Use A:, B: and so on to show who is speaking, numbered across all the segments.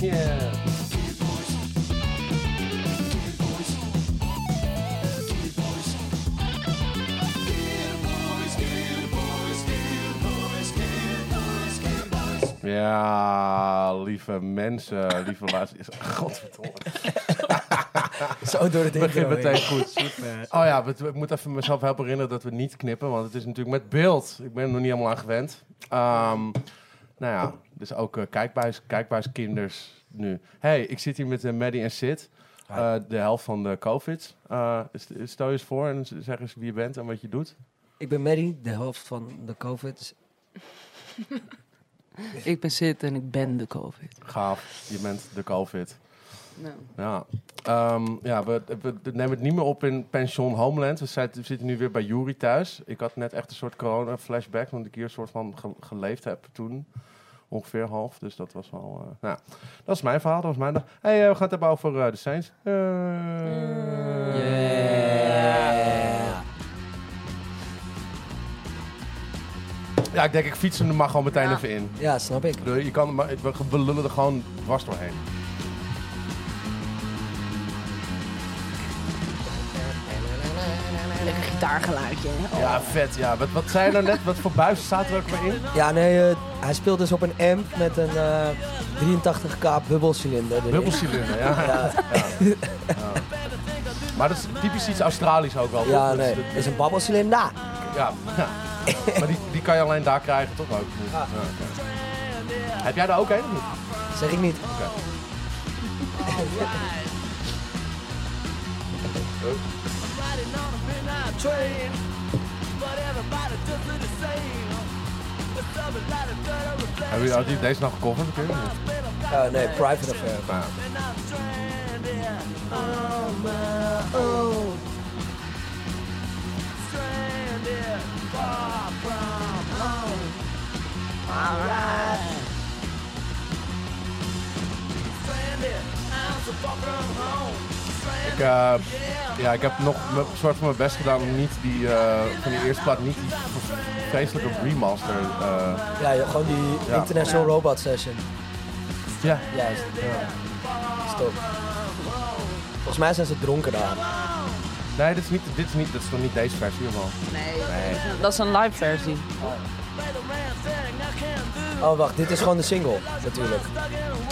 A: Yeah.
B: Ja, lieve mensen, lieve luisteraars. Godverdomme.
C: Zo door het
B: Begin
C: intro
B: meteen
C: heen.
B: goed. Oh ja, we- ik moet even mezelf helpen herinneren dat we niet knippen, want het is natuurlijk met beeld. Ik ben er nog niet helemaal aan gewend. Ehm, nou ja, dus ook eh, kijkbuis, kijkbuiskinders nu. hey, ik zit hier met eh, Maddie en Sid, eh, de helft van de COVID. Eh, st- stel je eens voor en z- zeg eens wie je bent en wat je doet.
C: Ik ben Mary, de helft van de COVID.
D: Ik ben Sid en ik ben de COVID.
B: Gaaf, je bent de COVID.
D: Nou.
B: Ja, Ehm, ja we, we nemen het niet meer op in pension Homeland. We, zit- we zitten nu weer bij Jury thuis. Ik had net echt een soort corona-flashback, omdat ik hier een soort van ge- geleefd heb toen. Ongeveer half, dus dat was wel... eh, nou, dat is mijn verhaal, dat was mijn dag. hey, eh, we gaan het hebben over eh, de Saints. Eh, Ja, ik denk ik fiets hem er maar gewoon meteen
D: Ja.
B: even in.
C: Ja, snap ik.
B: Ik bedoel, Je kan, maar we we lullen er gewoon dwars doorheen.
D: Lekker gitaargeluidje.
B: Ja, vet. Ja. Wat, wat zei je nou net? Wat voor buis staat er ook maar in?
C: Ja, nee, eh, hij speelt dus op een amp met een eh, 83k bubbelcilinder. erin.
B: Bubbelcilinder, ja.
C: Ja,
B: Maar dat is typisch iets Australisch ook wel.
C: ja,
B: toch? Dat
C: nee.
B: is
C: Het is een babbelcilinder.
B: de- ja. ja. maar die, die kan je alleen daar krijgen, toch ook? Dus, ja, ja. Heb jij daar ook een? of niet?
C: Zeg ik niet.
B: Heb je had je deze nog gecoverd? Ik weet het niet.
C: Eh, nee, private affair.
B: Maar ja. Ik, eh, ja, ik heb nog mijn- soort van mijn best gedaan om niet die, eh, van die eerste plaat niet die vreselijke remaster. eh,
C: Ja, joh, gewoon die
B: Ja.
C: International Robot Session.
B: ja,
C: Juist. Stop. Volgens mij zijn ze dronken daar.
B: nee, dit is, niet, dit is, niet, dit is nog niet deze versie helemaal.
D: Nee, dat is een live versie.
C: Oh, wacht. Dit is gewoon de single, natuurlijk.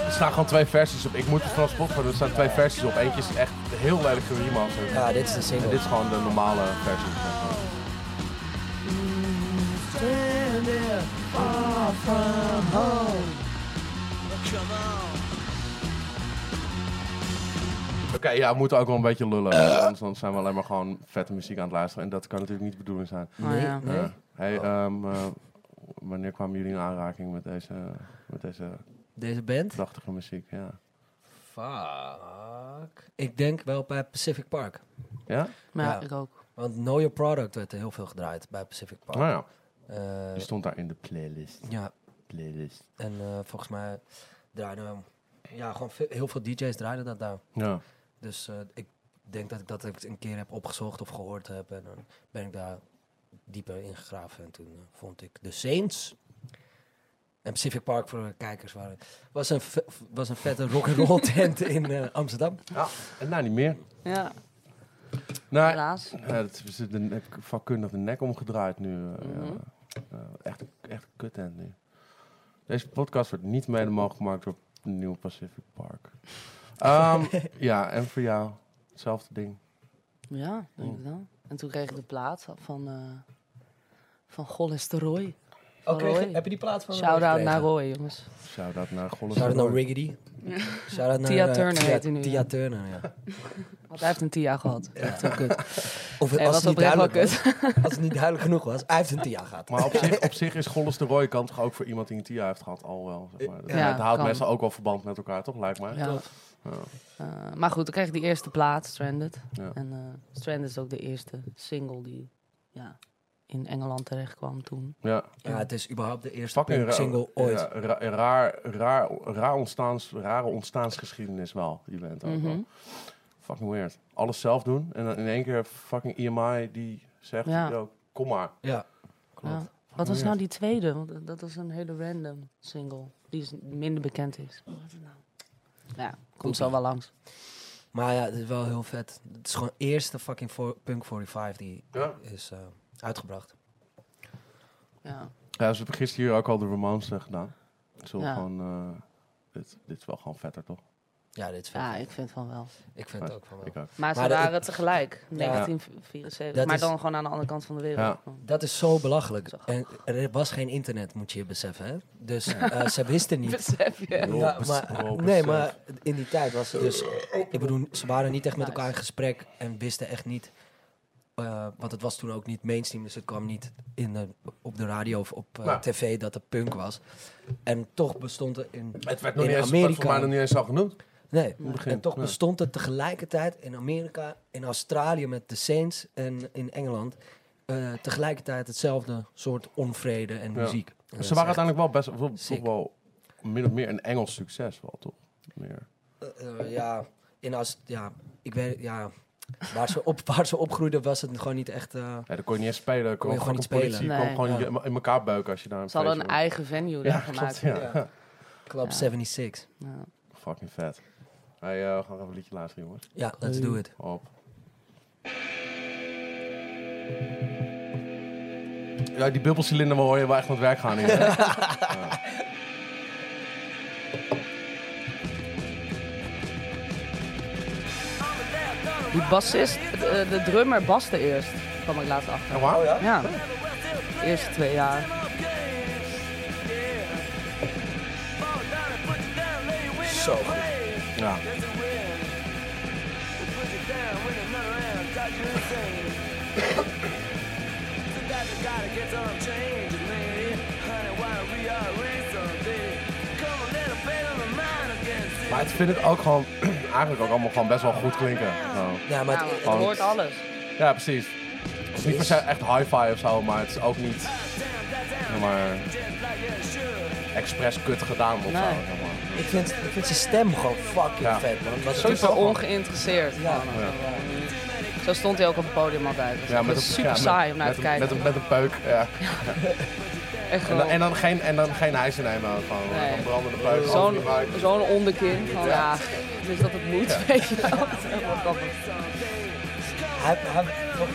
B: Er staan gewoon twee versies op. Ik moet het vanaf Spotify, er staan twee versies op. Eentje is echt heel lelijk geremasterd.
C: Ja, dit is de
B: En
C: single.
B: dit is gewoon de normale versie. zeg maar. Oké, ja, we moeten ook wel een beetje lullen. Anders dan zijn we alleen maar gewoon vette muziek aan het luisteren. En dat kan natuurlijk niet de bedoeling zijn.
D: Oh, ja.
C: Nee.
B: Ja. hey, ehm, eh, wanneer kwamen jullie in aanraking met deze, met deze
C: Deze band?
B: prachtige muziek? Ja?
C: Fuck. Ik denk wel bij Pacific Park.
B: ja?
D: Maar ja,
C: Ja.
D: ik ook.
C: Want Know Your Product werd heel veel gedraaid bij Pacific Park.
B: Nou ja,
C: Eh,
B: je stond daar in de playlist.
C: ja,
B: playlist.
C: en eh, volgens mij draaiden we- Ja, gewoon ve- heel veel DJ's draaiden dat daar.
B: Ja.
C: Dus eh, ik denk dat ik dat ik een keer heb opgezocht of gehoord heb. En dan ben ik daar dieper ingegraven. En toen eh, vond ik de Saints. En Pacific Park voor de kijkers waren. Was een, ve- was een vette rock'n'roll tent in eh, Amsterdam.
B: ja. En nou niet meer.
D: Ja,
B: Nou,
D: helaas.
B: Ja, dat is de nek, vakkundig de nek omgedraaid nu. eh, ja.
D: Mhm.
B: Ja, echt, echt kut nu. Deze podcast wordt niet mede mogelijk gemaakt door Nieuw Pacific Park. Ehm, ja, en voor jou hetzelfde ding.
D: Ja, denk ik wel. En toen kreeg ik de plaat van, eh van Golles de Roy. Van
C: Oh, kreeg je-
D: Roy.
C: heb je die plaats van
D: Shout-out
C: gekregen?
D: naar Roy, jongens.
B: Shout-out naar Gollis.
C: Shout-out naar
B: Roy.
C: Riggedy. Shout-out naar
D: Tia
C: eh,
D: Turner
C: Tia,
D: heet hij nu,
C: Tia
D: ja.
C: Turner, ja.
D: Want hij heeft een Tia gehad. Echt zo kut.
C: Of als,
D: Nee,
C: het
D: was
C: niet
D: oprecht wel
C: duidelijk
D: kut.
C: was, als het niet duidelijk genoeg was, hij heeft een Tia gehad.
B: Maar op zich, op zich is Gollis de Roy kan toch ook voor iemand die een TIA heeft gehad al wel. Zeg maar. Dat-
D: Ja,
B: het houdt
D: kan.
B: meestal ook wel verband met elkaar, toch? Lijkt mij.
D: Ja.
B: Ja.
D: Eh, maar goed, toen kreeg ik die eerste plaat, Stranded.
B: Ja.
D: En eh, Stranded is ook de eerste single die ja, in Engeland terecht kwam toen.
B: ja.
C: Ja, het is überhaupt de eerste
B: Fucking
C: punk
B: ra-
C: single ooit.
B: ja, ra- raar, raar, raar ontstaans, rare ontstaansgeschiedenis wel, die bent ook wel.
D: Mhm.
B: Fucking weird. Alles zelf doen en dan in één keer fucking EMI die zegt,
D: Ja.
B: "Yo, kom maar.
C: Ja,
D: Ja.
C: klopt.
D: Wat was
B: Ja.
D: nou die tweede? Want dat was een hele random single. Die is minder bekend is. Wat was het nou? Ja, kom zo wel langs.
C: Maar ja, het is wel heel vet. Het is gewoon de eerste fucking voor, Punk 45 die
B: Ja.
C: is eh, uitgebracht.
D: Ja.
B: Ja, ze hebben gisteren hier ook al de Ramones eh, gedaan. Zo
D: Ja.
B: gewoon, eh, dit, dit is wel gewoon vetter, toch?
C: Ja, dit is vet.
D: ja, ik vind van wel.
C: Ik vind het ook van wel.
B: Ik ook.
D: Maar ze
C: Maar dat-
D: waren tegelijk,
C: Ja.
D: 1974.
C: Dat
D: maar
C: is-
D: dan gewoon aan de andere kant van de wereld.
C: Dat is zo belachelijk.
D: Zo.
C: En er was geen internet, moet je je beseffen. Hè? Dus eh, ze wisten niet.
D: Besef je?
B: Bro,
C: Ja,
B: bes-
C: maar,
B: bro,
C: nee,
B: besef.
C: maar in die tijd was het dus...
B: Eh,
C: Ik bedoel, ze waren niet echt met
D: Nice.
C: elkaar in gesprek en wisten echt niet... eh, want het was toen ook niet mainstream, dus het kwam niet in de, op de radio of op eh,
B: Nou.
C: tv dat er punk was. En toch bestond er in...
B: Het werd nog
C: In
B: niet eens,
C: Amerika-
B: voor mij nog niet eens al genoemd.
C: Nee,
B: In het begin.
C: en toch
B: Ja.
C: bestond het tegelijkertijd in Amerika, in Australië met de Saints en in Engeland... eh, tegelijkertijd hetzelfde soort onvrede en
B: Ja.
C: muziek. En dat is
B: Ze waren
C: echt-
B: uiteindelijk wel best wel, toch
C: sick.
B: wel min of meer een Engels succes wel, toch? Meer.
C: Eh, eh, ja, in als, ja, ik weet, ja, waar ze, op, waar ze opgroeiden was het gewoon niet echt. eh,
B: Ja, dan kon je niet eens spelen. Kon
C: je gewoon niet spelen.
B: Je kwam
D: Nee.
B: gewoon
C: Ja.
B: in je- in elkaar beuken als je daar een
D: Ze hadden een
B: feestje-
D: eigen
B: Ja,
D: venue daar
B: klopt,
D: gemaakt.
B: ja.
C: ja, Club
D: Ja.
C: 76.
D: Ja.
B: Fucking vet. Hey, eh, we gaan even een liedje luisteren, jongens.
C: Ja, let's do it.
B: Op. Ja, die bubbelcilinder hoor je wel echt aan het werk gaan hier. hè?
D: Die bassist, eh, de, drummer baste eerst, kwam ik laatst achter.
B: Ja, wauw, ja?
D: Ja, de eerste twee jaar.
C: Zo goed.
B: Ja. Maar het vind ik ook gewoon, eigenlijk ook allemaal gewoon best wel goed klinken. Zo.
C: Ja, maar
D: Nou,
C: het,
D: het hoort alles.
B: Ja, precies. Het is niet per se echt hi-fi of zo, maar het is ook niet zeg maar, expres kut gedaan of zo.
D: Nee.
B: zeg maar.
C: ik, vind, ik vind zijn stem gewoon fucking
B: Ja.
C: vet, man. Want het
D: Super
C: is gewoon-
D: ongeïnteresseerd.
C: Ja.
D: eh, Zo stond hij ook op het podium altijd. Dat
B: Ja,
D: was
B: een-
D: super
B: ja, met-
D: saai om naar
B: met
D: te
B: een-
D: kijken.
B: Met een, met een peuk, ja.
D: Echt
B: En
D: gewoon
B: dan, en dan geen, en dan geen ijzerneem aan, gewoon
D: Nee.
B: een brandende peuk.
D: zo'n
B: over die mic.
D: zo'n onderkin. Van, ja, dus dat het moet, weet je wel. Dat is echt wel grappig.
C: hij- hij- vol-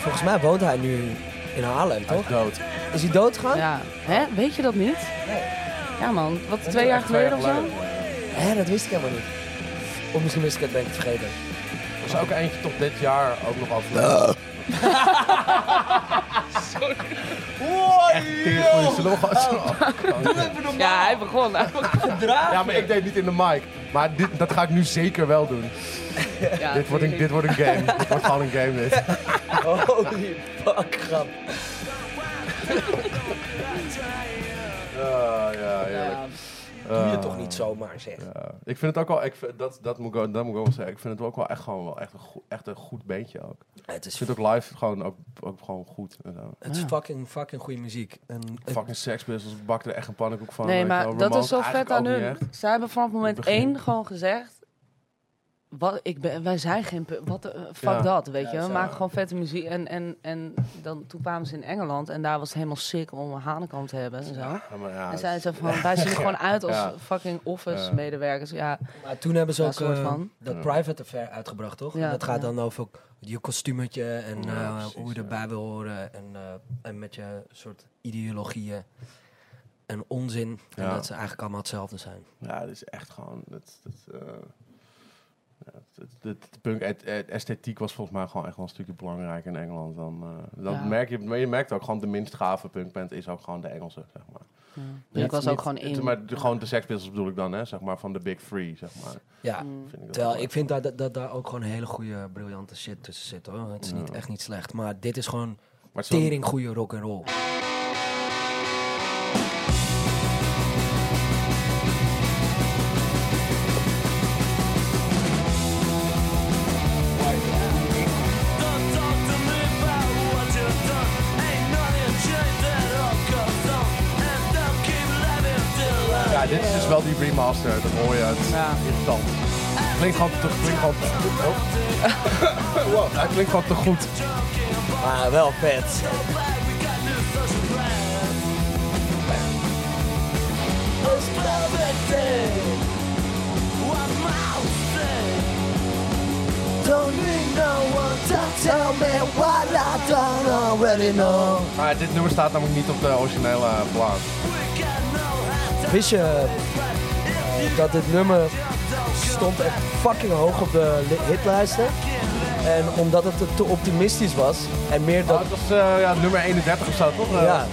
C: Volgens mij woont hij nu in Haarlem,
B: Hij is
C: toch?
B: dood.
C: Is hij doodgegaan?
D: Ja, hè? Weet je dat niet? Ja man, wat twee jaar
B: Echt twee
D: geleden of zo?
C: Hè, dat wist ik helemaal niet. Of misschien wist ik het, ben ik het vergeten.
B: Er was ook eentje tot dit jaar ook nog overleden. Teergoeie slog.
C: Oh,
D: Ja, hij begon. Hij begon.
B: Ja, maar ik deed niet in de mic. Maar dit, dat ga ik nu zeker wel doen.
D: Ja,
B: Dit wordt een, dit wordt een game. dit wordt gewoon een game dit.
C: Holy fuck, grap.
B: Ja, Ah, ja, heerlijk. Ah.
D: Ja,
C: Doe je toch niet zomaar, zeg.
B: Eh. Ja. Ik vind het ook wel, ik, vind- dat, dat, moet ik, wel- dat moet ik wel zeggen. Ik vind het ook wel echt gewoon wel echt een, goed, echt een goed bandje ook.
C: Het is
B: Ik vind het ook live gewoon ook, ook gewoon goed. En zo.
C: Het is
D: Ja.
C: fucking, fucking goede muziek. En het-
B: Fucking Sex Pistols bak er echt een pannenkoek van.
D: Nee,
B: weet je wel.
D: maar dat
B: Ramones
D: is zo vet
B: eigenlijk
D: aan
B: ook niet
D: hun.
B: echt.
D: Zij hebben vanaf moment
B: Het begin.
D: één gewoon gezegd... Wat, ik ben, wij zijn geen... pu- Wat, de- eh, fuck
B: Ja.
D: dat, weet je.
C: Ja,
D: We
C: zo.
D: maken gewoon vette muziek. En, en, en dan, toen kwamen ze in Engeland. En daar was het helemaal sick om een hanenkamp te hebben en zo.
B: Ja, maar ja,
D: En zeiden ze van, wij zien er gewoon uit als
B: Ja.
D: fucking
B: Ja.
D: office-medewerkers. Ja,
C: maar toen hebben ze
D: Ja,
C: ook
D: soort
C: eh,
D: van.
C: dat
B: Ja.
C: Private Affair uitgebracht, toch?
D: Ja,
C: En dat gaat
D: ja.
C: dan over je kostuumetje en
B: Ja,
C: eh,
B: precies,
C: hoe je
B: ja.
C: erbij wil horen. En, eh, en met je soort ideologieën en onzin. En
B: Ja.
C: dat ze eigenlijk allemaal hetzelfde zijn.
B: Ja, dat is echt gewoon. Dat, dat, eh, ja, dat, dat- dat punk et- et- esthetiek was volgens mij gewoon echt wel een stukje belangrijker in Engeland. Dan, eh, dat
D: Ja.
B: merk je, maar je merkt ook gewoon de minst gave punkband is ook gewoon de Engelse, zeg maar.
D: ja.
B: Niet-
D: ik was
B: niet-
D: ook gewoon in.
B: Maar de- gewoon de Sex Pistols bedoel ik dan, hè, zeg maar, van de Big Three, zeg maar.
C: Ja,
D: Mm.
B: Vind ik dat
C: terwijl
B: wel-
C: ik vind dat, dat, dat daar ook gewoon hele goede, briljante shit tussen zit, hoor. Het is niet,
B: Ja.
C: echt niet slecht, maar dit is gewoon
B: maar het is wel-
C: tering goede rock and roll.
B: Ja, dit is dus wel die remaster, dat hoor je uit.
D: Ja.
B: Irritant. Klinkt gewoon te, klinkt gewoon te goed. Oh. Wow, hij klinkt gewoon te goed.
C: Maar wel vet.
A: It's Tell me what I don't already know.
B: Maar dit nummer staat namelijk niet op de originele eh, plaat.
E: Wist je dat dit nummer stond echt fucking hoog op de li- hitlijsten? En omdat het te optimistisch was en meer
B: Dat
E: dan...
B: het was eh, ja, nummer 31 of zo, toch? Eh,
E: Ja,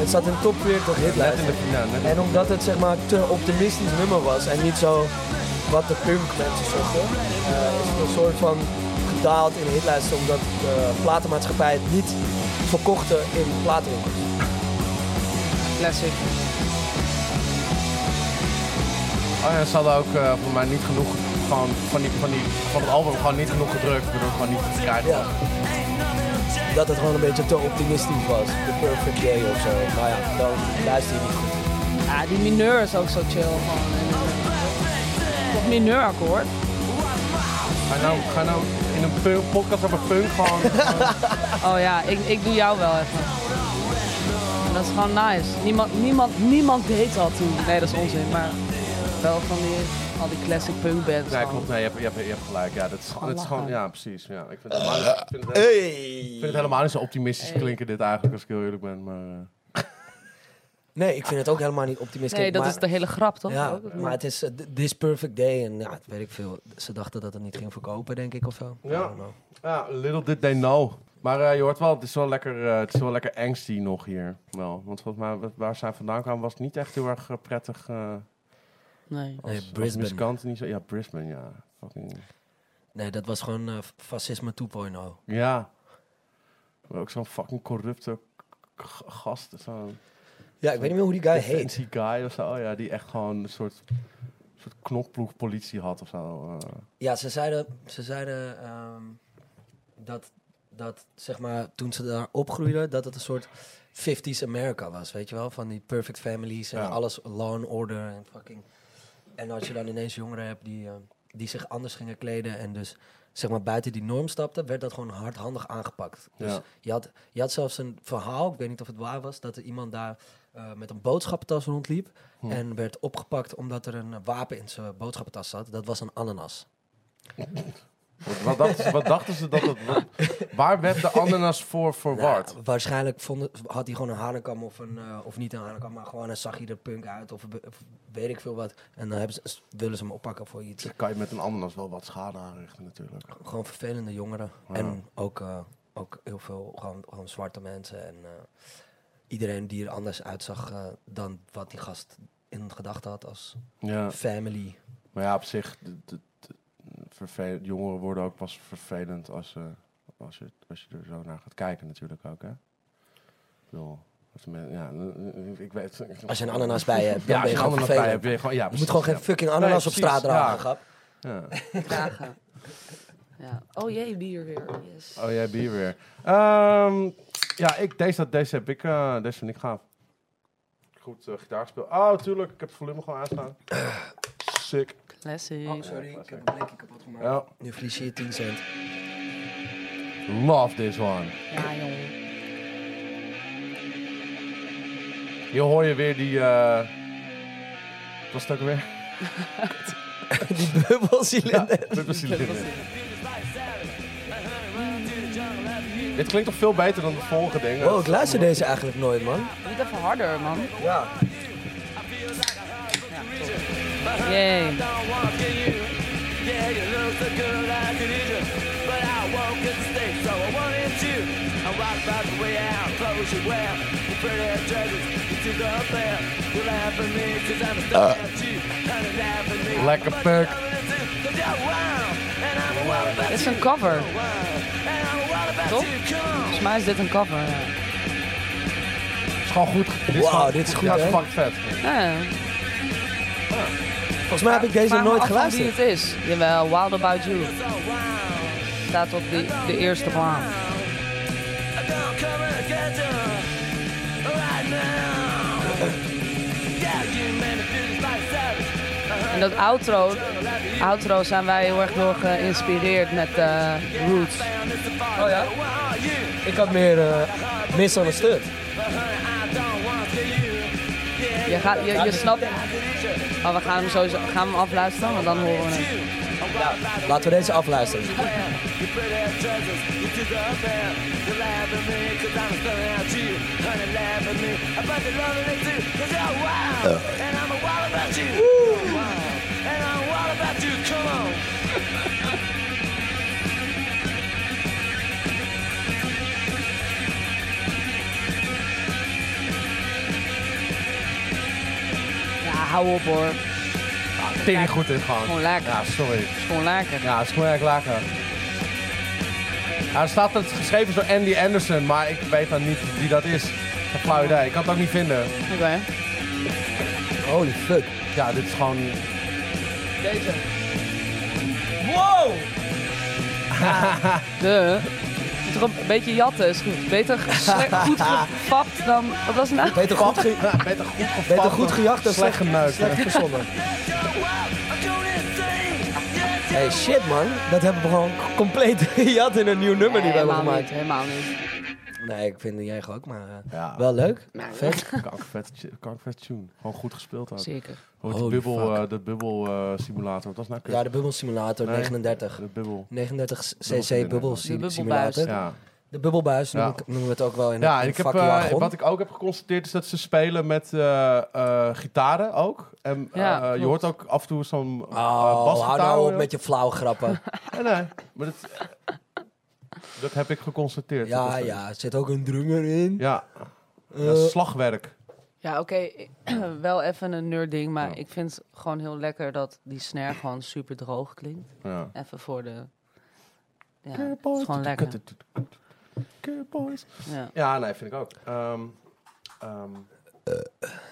E: het zat in de top 40
B: Net in
E: hitlijsten.
B: de finale. net in
E: En omdat het zeg maar te optimistisch nummer was en niet zo wat de punk mensen zochten, eh, is het een soort van gedaald in de hitlijsten omdat de platenmaatschappij het niet verkochten in platenwinkels.
D: Classic.
B: de- Oh, ja, ze hadden ook eh, voor mij niet genoeg van, van, die, van, die, van het album gewoon niet genoeg gedrukt. Waardoor het gewoon niet te krijgen
E: Ja.
B: was.
E: Dat het gewoon een beetje te optimistisch was. The perfect day of zo. Nou ja, dan luister je niet goed.
D: Ja, die mineur is ook zo chill. Gewoon. En, eh, Dat mineurakkoord.
B: Ga nou, ga nou in een punk- podcast over punk gewoon...
D: Oh ja, ik, ik doe jou wel even. En dat is gewoon nice. Niemand, niemand, niemand deed dat toen. Nee, dat is onzin, maar wel van die, al die classic punk bands.
B: nee,
D: gewoon.
B: klopt. Nee, je hebt, je hebt, je hebt gelijk. Ja, dat is, dat is gewoon... Ja, precies. Ja, ik vind het helemaal, ik vind het, helemaal- ik vind het helemaal niet zo optimistisch klinken dit eigenlijk, als ik heel eerlijk ben. Maar, eh.
E: Nee, ik vind het ook helemaal niet optimistisch.
D: Nee, dat
E: maar,
D: is de hele grap, toch?
E: Ja,
D: Ook.
E: maar het is eh, This Perfect Day en ja, weet ik veel. Ze dachten dat het niet ging verkopen, denk ik, of zo. I
B: Ja.
E: don't know.
B: Ja, little did they know. Maar eh, je hoort wel, het is wel lekker, eh, het is wel lekker angsty nog hier. Wel. Want volgens mij, wa- waar zij vandaan kwamen, was het niet echt heel erg eh, prettig. eh
D: Nee.
E: Nee,
B: als, als
E: Brisbane.
B: muzikant niet zo. Ja, Brisbane, ja. Fucking,
E: Nee, dat was gewoon eh, fascisme 2.0.
B: ja. Maar ook zo'n fucking corrupte k- k- gast. Zo'n
E: Ja, ik weet niet meer hoe die guy heet.
B: fancy guy of zo. Ja, die echt gewoon een soort, soort knokploeg politie had of zo. eh.
E: Ja, ze zeiden, ze zeiden ehm, dat, dat, zeg maar, toen ze daar opgroeiden, dat het een soort 50s America was, weet je wel? Van die perfect families en
B: Ja.
E: alles, law and order en fucking... En als je dan ineens jongeren hebt die, eh, die zich anders gingen kleden en dus, zeg maar, buiten die norm stapten, werd dat gewoon hardhandig aangepakt. Dus
B: Ja.
E: je, had, je had zelfs een verhaal, ik weet niet of het waar was, dat er iemand daar eh, met een boodschappentas rondliep
B: Hm.
E: en werd opgepakt omdat er een eh, wapen in zijn boodschappentas zat. Dat was een ananas.
B: Wat, wat, dachten ze, wat dachten ze dat het... wat- waar werd de ananas voor verward?
E: Nou, waarschijnlijk vonden, had hij gewoon een hanenkam of, een, eh, of niet een hanenkam, maar gewoon dan zag hij er punk uit of, be- of weet ik veel wat. En dan hebben ze, willen ze hem oppakken voor iets.
B: Dan kan je met een ananas wel wat schade aanrichten natuurlijk.
E: Gewoon vervelende jongeren. En ook, eh, ook heel veel gewoon, gewoon zwarte mensen. En eh, iedereen die er anders uitzag eh, dan wat die gast in gedachten had als
B: Ja.
E: family.
B: Maar ja, op zich, de, de, de- vervel- jongeren worden ook pas vervelend als, ze- als, je, als je er zo naar gaat kijken natuurlijk ook, hè? Ik bedoel, als de men- ja, eh, eh, ik weet...
E: Als je een ananas bij je hebt, dan
B: ja, als
E: ben
B: je
E: je
B: een
E: gewoon
B: ananas bij
E: vervelend.
B: hebt, ben je gewoon... Ja,
E: Je moet gewoon geen fucking ananas op
B: precies,
E: straat dragen,
B: ja.
E: grap.
B: Ja.
D: Vragen. Ja. Oh jee, bier weer. Yes.
B: Oh, jij bier weer. Ehm, ja, ik, deze, deze heb ik, eh, deze vind ik gaaf. Goed eh, gitaarspel. Oh, tuurlijk, ik heb het volume gewoon aanstaan. Sick.
D: Classic.
E: Oh, Sorry,
B: ik heb
E: een blikje kapot gemaakt.
B: Ja,
E: Nu verlies je je 10 cent.
B: love this one.
D: Ja, jongen.
B: Hier hoor je weer die. eh was het ook weer?
E: Die bubbelcilinder.
B: Dit klinkt toch veel beter dan de vorige dingen?
E: Wow, ik luister deze eigenlijk nooit, man.
D: Doe het even harder, man.
E: Ja.
D: Jee.
B: Lekker puk.
D: Dit is een cover. Toch? Volgens mij is dit een cover. Ja.
B: Het is gewoon goed. Dit
E: Wauw,
B: gewoon-
E: dit is goed,
B: Ja, het
E: hè?
B: is fucking vet.
D: Ja.
E: Volgens mij heb ik deze
D: Vraag me
E: nooit
D: af van wie het
E: geluisterd.
D: is. Jawel, Wild About You. Staat op de, de eerste baan. En dat outro, outro zijn wij heel erg door geïnspireerd met eh, Roots.
E: Oh ja? Ik had meer eh Misunderstood.
D: Je, gaat, je, je snapt... Oh, we gaan hem, sowieso, gaan we hem afluisteren, want dan horen we hem.
E: Laten we deze afluisteren.
D: Ja, hou op hoor. Het
B: Tering goed in gewoon.
D: Gewoon lekker.
B: Ja, sorry.
D: is gewoon lekker.
B: Ja, het is gewoon erg lekker. Ja, er staat dat het geschreven is door Andy Anderson, maar ik weet dan niet wie dat is. Een flauw idee. Ik kan het ook niet vinden.
D: Oké.
E: Holy fuck.
B: Ja, dit is gewoon...
D: De... Het is toch een beetje jatten is goed. Beter gesle- goed gepapt dan... Wat was het nou?
E: Beter goed, ge
B: Ja, beter goed gevat
E: beter
B: dan
E: goed gejacht dan
B: slecht
E: slecht,
B: geneukt.
E: slecht verzonnen. Hey shit man, dat hebben we gewoon compleet gejat in een nieuw nummer die we hebben
D: helemaal
E: gemaakt.
D: niet, helemaal niet.
E: Nee, ik vind het niet erg ook, maar eh,
B: Ja.
E: wel leuk.
D: Nou,
E: Vet.
B: Kankervet, kankervet tune. Gewoon goed gespeeld ook.
D: Zeker.
B: Hoort
E: Holy
B: die bubbel,
E: fuck.
B: eh, de bubbel eh, simulator. Wat was nou kut?
E: Ja, de bubbelsimulator
B: Nee,
E: 39.
B: De bubbel.
E: 39
B: Bubbelsimulator.
E: cc bubbel
D: De bubbelbuis.
E: simulator.
B: Ja,
E: De bubbelbuis
B: Ja.
E: noemen, noemen we het ook wel in
B: ja
E: in
B: en ik heb,
E: vakje
B: eh,
E: jargon.
B: wat ik ook heb geconstateerd is dat ze spelen met eh, eh, gitaren ook. En eh,
D: Ja,
B: eh, je
D: klopt.
B: hoort ook af en toe zo'n uh,
E: Oh, hou
B: basgitaar.
E: nou op
B: hoor.
E: met je flauwe grappen.
B: Nee, nee. Maar dat, dat heb ik geconstateerd. Dat
E: ja,
B: was-
E: ja, er zit ook een drummer in.
B: Ja,
E: Eh,
B: dat is slagwerk.
D: Ja, oké. wel even een nerd ding, maar
B: Ja.
D: ik vind het gewoon heel lekker dat die snare gewoon super droog klinkt.
B: Ja.
D: Even voor de...
B: Eh,
D: Ja, het is gewoon lekker.
B: Boys.
D: Ja.
B: Ja, nee, vind ik ook. Ehm, ehm,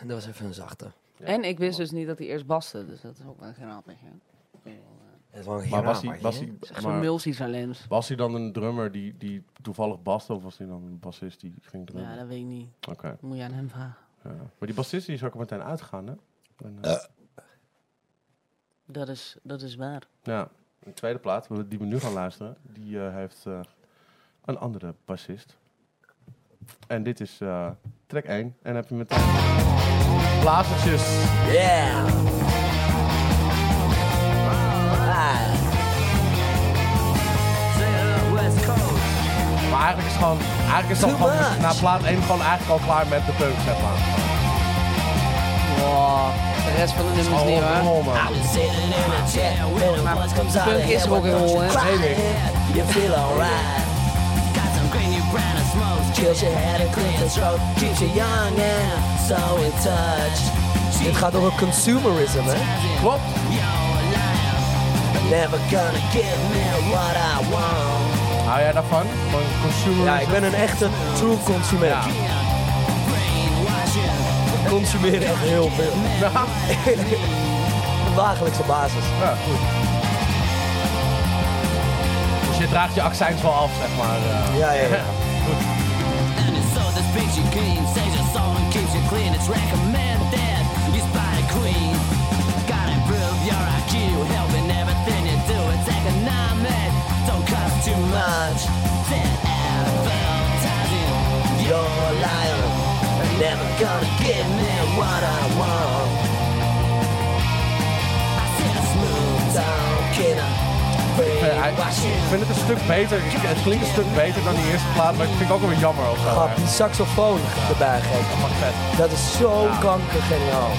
E: dat was even een zachte.
D: En ik wist dus niet dat hij eerst baste, dus dat is ook wel grappig. hè.
E: Het was
B: maar was hij, was hij,
D: Het is echt zo'n
B: maar
D: Milsey talent.
B: was hij dan een drummer die, die toevallig baste of was hij dan een bassist die ging drummen?
D: Ja, dat weet ik niet.
B: Oké.
D: Dat moet je aan hem vragen.
B: ja. Maar die bassist die is ook er meteen uitgegaan, hè? En, eh,
D: Dat is, dat is waar.
B: Ja, de tweede plaat die we nu gaan luisteren, die eh, heeft eh, een andere bassist. En dit is eh, track 1. En dan heb je meteen blazertjes.
E: Yeah! Ah,
B: Maar eigenlijk is, gewoon, eigenlijk is dat
E: Too
B: gewoon
E: much.
B: na plaat 1 gewoon eigenlijk al klaar met de punk, zeg maar.
D: Wow, de rest van de nummers niet
B: Oh,
D: hoor.
B: oh,
E: Ah,
B: man.
E: Nou,
D: Maar punk is rock'n'roll hè.
B: Weet ik.
E: you feel alright.
F: Got some green, you brown and smokes.
E: Kills your head and clear your throat. Keeps you young and so in touch. Dit gaat over consumerism, hè?
B: Klopt.
E: Never gonna give me what I want.
B: Hou jij daarvan? Van consumer?
E: Ja, ik ben een echte true consument.
B: Ja.
E: Ik consumeer echt heel veel.
B: Ja,
E: Op dagelijkse basis.
B: ja, goed. Dus je draagt je accent wel af, zeg maar. eh.
E: Ja, ja, ja.
F: And it's so this picture green. Saves your soul and keeps you clean. It's recommended. You spy the queen. Gotta improve your IQ. Helping everything you do. It's economic. Don't cost too much. Then advertising.
E: You're a liar. I'm never gonna give me what I want.
F: I said a smooth.
E: Down, kid, I'm
B: Eh, hij-
E: brainwashing.
B: ik vind het een stuk beter. Ik- Het klinkt een stuk beter dan die eerste plaat, maar ik vind het ook wel weer jammer of zo.
E: Grap, die
B: hè.
E: saxofoon erbij geven.
B: Maar vet.
E: Dat is zo kankergeniaal.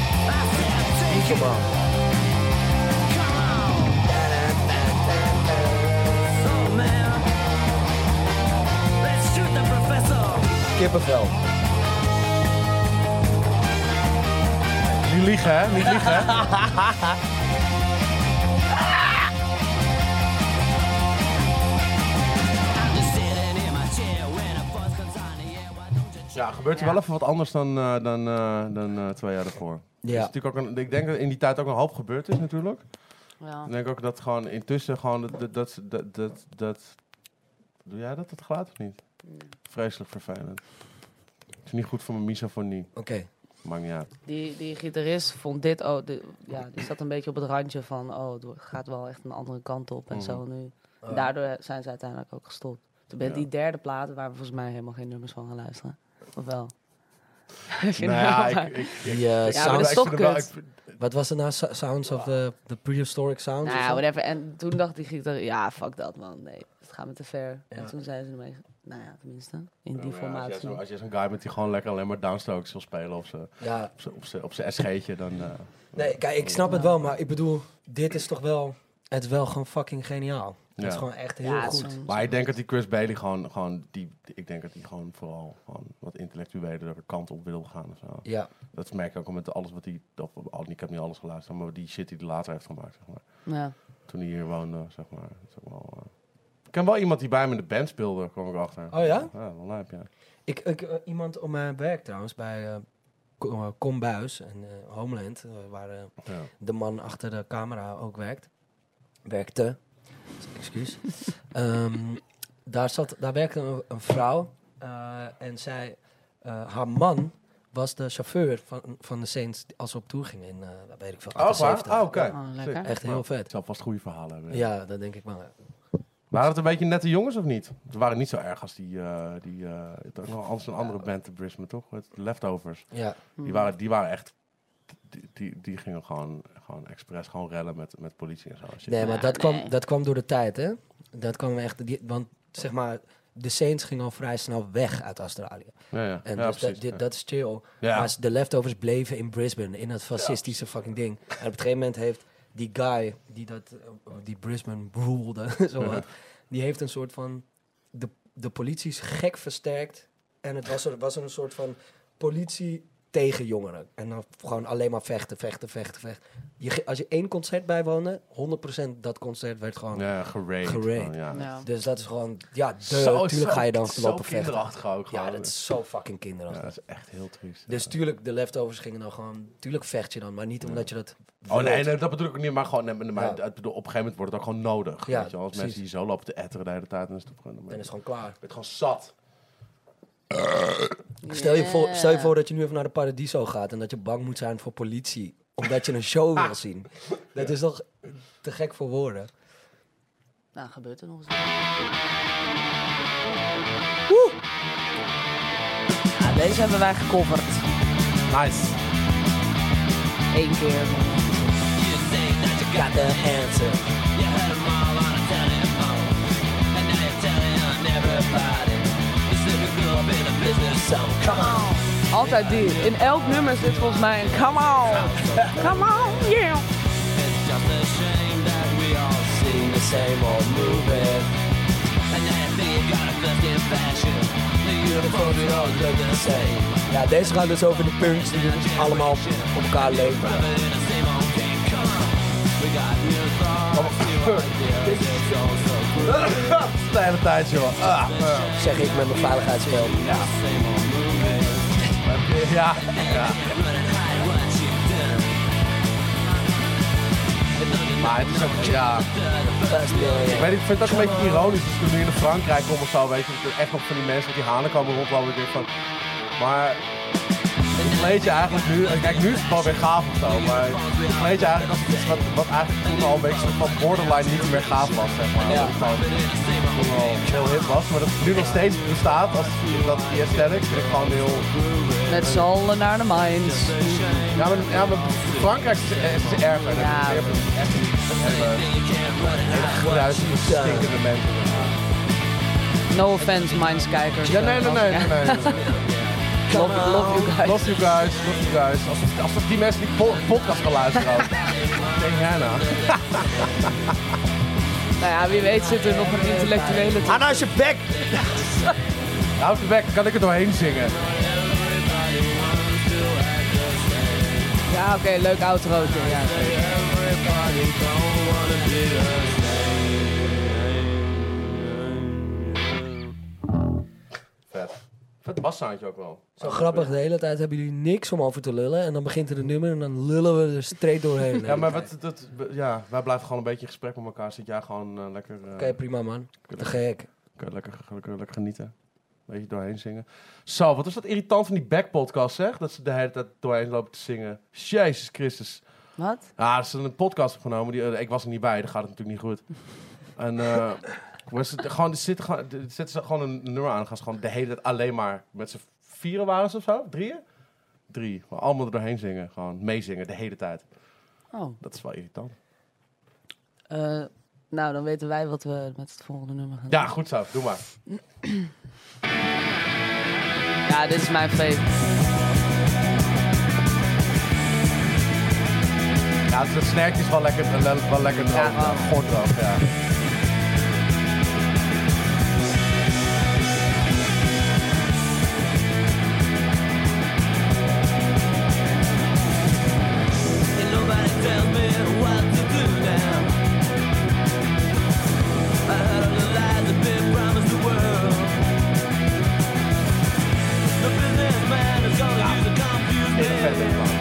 E: Niet normaal.
F: Oh man. Let's shoot the professor.
E: Kippenvel.
B: Niet liegen, hè? Niet liegen, hè?
F: I'm just sitting in my chair when a buzz comes on. Yeah, why don't you?
B: Ja, gebeurt er wel even wat anders dan, eh, dan, eh, dan eh, twee jaar daarvoor.
E: Ja.
B: Er Is natuurlijk ook een, ik denk dat in die tijd ook een hoop gebeurd is natuurlijk.
D: Ja.
B: Ik denk ook dat gewoon intussen gewoon dat... dat, dat, dat, dat, dat- doe jij dat, dat geluid of niet? Vreselijk vervelend. Het is niet goed voor mijn misofonie.
E: Oké.
B: Maakt niet uit.
D: Die, die gitarist vond dit ook, de- ja, die zat een beetje op het randje van, oh, het wo- gaat wel echt een andere kant op en zo nu. En daardoor zijn ze uiteindelijk ook gestopt. Toen ben
B: Mhm. Ja.
D: die derde plaat, waar we volgens mij helemaal geen nummers van gaan luisteren. Of wel? Vind je
B: Nou ja,
D: nou
B: ik,
D: waar?
B: ik, ik,
C: Die, eh,
B: ik
D: Ja,
B: vind
D: maar dat
B: hem-
C: sounds,
D: is
B: ik
D: toch
B: vind hem wel-
D: kut.
B: ik vind-
C: wat was het nou? So- Sounds of the, the prehistoric sounds?
D: Nou
C: of
D: ja,
C: zo?
D: whatever. En toen dacht die gitar, ja, fuck dat man. Nee, het gaat me te ver.
C: Ja.
D: En toen zijn ze ermee, ge- nou ja, tenminste, in die
B: Oh Nou Ja, Als jij
D: formatie.
B: zo- als jij zo'n guy bent die gewoon lekker alleen maar downstrokes wil spelen op zijn
C: ja,
B: op z'n- op z'n- op z'n SG'tje, dan... eh,
C: nee, kijk, ik snap het wel, maar ik bedoel, dit is toch wel, het is wel gewoon fucking geniaal.
B: ja.
C: Het is gewoon echt heel
D: ja,
C: goed.
D: zo'n-
B: Maar ik denk dat die Chris Bailey gewoon, gewoon die, ik denk dat hij gewoon vooral gewoon wat intellectueler kant op wil gaan of zo.
C: Ja,
B: Dat merk ik ook al met alles wat hij, dat, al- ik heb niet alles geluisterd, maar die shit die hij later heeft gemaakt, zeg maar.
D: Ja.
B: Toen hij hier woonde, zeg maar. Dat is ook wel, eh. Ik ken wel iemand die bij hem in de band speelde, kwam ik achter.
C: Oh ja?
B: Ja, wel lijp, ja.
C: ik, ik, eh, iemand op mijn werk trouwens, bij eh, Ko- eh, Kom Buijs en eh, Homeland, eh, waar eh,
B: ja.
C: de man achter de camera ook werkt. Werkte. Excuus. Ehm, daar, zat, daar werkte een, een vrouw. eh, en zij, eh, haar man was de chauffeur van, van de Saints als ze op tour gingen in, eh, weet ik veel,
B: Oh, waar?
C: 78.
B: Oh, oké.
D: Oh,
B: Sick.
D: lekker.
C: Echt heel
B: Het
C: vet.
B: zal vast goede verhalen hebben.
C: Ja, dat denk ik wel.
B: Waren het een beetje nette jongens of niet? Ze waren niet zo erg als die, eh die eh het was nog anders een andere band te Brisbane, toch? Het Leftovers.
C: Ja,
D: Hmm.
B: Die waren, die waren echt, die, die, die gingen gewoon, gewoon expres gewoon rellen met, met politie en zo. Shit.
C: nee, maar
D: Dus nou Ja,
C: dat kwam,
D: nee.
C: dat kwam door de tijd, hè? Dat kwam echt, die, want zeg maar, de Saints gingen al vrij snel weg uit Australië.
B: Ja, ja.
C: En
B: ja,
C: dus dat,
B: precies.
C: dit,
B: ja.
C: dat is chill.
B: Ja.
C: Maar de leftovers bleven in Brisbane, in dat fascistische fucking ding. En op een gegeven moment heeft die guy die, dat, eh, die Brisbane rulede, zo wat, die heeft een soort van de, de politie is gek versterkt. En het was er, was er een soort van politie tegen jongeren. En dan gewoon alleen maar vechten, vechten, vechten, vechten. Je, ge- als je één concert bijwoonde, 100% dat concert werd gewoon...
B: Ja, gerate.
C: Gerate.
B: gewoon, ja.
D: Ja.
C: Dus dat is gewoon... Ja, de,
B: Zo-
C: tuurlijk
B: zo-
C: ga je dan
B: zo
C: lopen vechten.
B: kinderachtig ook gewoon.
C: Ja, dat is zo fucking
B: Ja,
C: kinderachtig.
B: dat is echt heel triest.
C: Dus
B: Ja.
C: tuurlijk, de leftovers gingen dan gewoon... Tuurlijk vecht je dan, maar niet omdat je dat...
B: Oh
C: wilt.
B: nee, nee, dat bedoel ik ook niet, maar gewoon, nee, maar
C: Ja.
B: ik bedoel, op een gegeven moment wordt het ook gewoon nodig.
C: Ja,
B: weet je, wel. als
C: precies.
B: mensen die zo lopen te etteren de hele tijd, dan is het gewoon,
C: Dan is
B: ben
C: het gewoon klaar.
B: je gewoon zat.
C: Stel, je voor,
D: Ja.
C: stel je voor dat je nu even naar de Paradiso gaat... en dat je bang moet zijn voor politie... omdat je een show wil zien. Dat is toch te gek voor woorden.
D: Nou, gebeurt er nog eens. Ja, deze hebben wij gecoverd.
B: Nice.
D: Eén keer.
F: You say that you got
C: Got the answer.
F: You heard 'em all on a telephone And now you're telling on everybody It's the group in a business zone Come on
D: Altijd die. In elk nummer zit volgens mij een come on. Come on, yeah.
F: It's just a shame that we all seen the same old movie And now you think you got a festive fashion The uniforms we all look the same
E: Ja, deze gaat dus over de punks die dus allemaal op elkaar leven.
F: Rubber in the same old game Come on We got new thoughts, new ideas It's all so cool
B: de hele tijd, joh. Ah,
E: Zeg ik met mijn veiligheidsspel.
B: ja. Maar het is ook, ja. Ik weet niet, ik vind het ook een beetje ironisch. Dus toen we hier in Frankrijk kom of zo, weet je, dat er echt nog van die mensen met die hanen komen rondlopen. Ik denk van, maar het kleed je eigenlijk nu, kijk nu is het wel weer gaaf of zo, maar het kleed je eigenlijk als iets wat, wat eigenlijk toen al een beetje soort van borderline niet meer gaaf was, zeg maar. Dat het gewoon toen al heel hip was, maar dat het nu nog steeds bestaat als dat die aesthetic, vind ik gewoon heel...
D: Met z'n allen naar de mines.
B: Ja, maar, ja, maar Frankrijk is, is erger.
D: Ja.
B: Ja. Echt, echt, geruisende, stinkende mensen.
D: No offense, mines kijkers.
B: Ja, nee, nee, nee. nee, nee, nee.
D: Love, love you guys.
B: Love you guys, love you guys. Als, als dat die mensen die po- podcast gaan luisteren ook. Denk jij nou?
D: Nou ja, wie weet zit er nog een intellectuele tussen.
E: Anna is je bek!
B: Houd je bek, kan ik er doorheen zingen.
D: Ja, oké, leuk outrootje. Ja, zeker.
B: Vet. Vet bassoundje ook wel.
C: Zo grappig, de hele tijd hebben jullie niks om over te lullen... en dan begint er een nummer en dan lullen we er straight doorheen.
B: Ja, maar wat, dat, ja, wij blijven gewoon een beetje in gesprek met elkaar. Zit jij gewoon eh, lekker, eh,
C: Oké, prima man. Te gek.
B: lekker, lekker, lekker, lekker genieten. Een beetje doorheen zingen. Zo, wat is dat irritant van die backpodcast, zeg? Dat ze de hele tijd doorheen lopen te zingen. Jezus Christus.
D: Wat?
B: Ja, ze hebben een podcast opgenomen. Die, eh, ik was er niet bij, daar gaat het natuurlijk niet goed. En eh was het, gewoon, er zit, gewoon, er zit ze gewoon een nummer aan. Gaan ze gewoon de hele tijd alleen maar met z'n vieren waren ze of zo? Drieën? drie. Maar allemaal er doorheen zingen. Gewoon meezingen de hele tijd.
D: Oh,
B: Dat is wel irritant.
D: eh, nou, dan weten wij wat we met het volgende nummer gaan
B: Ja, goed zo. Doe maar.
D: doen. Ja, dit is mijn fave.
B: Ja, het snackje is wel lekker, wel, wel lekker droog.
D: wel.
B: Goed droog, ja.
F: And nobody tells me what to do now. I heard all the lies that been promised the world. The businessman is gonna use a confused
B: Ik vind
F: man.
B: het wel.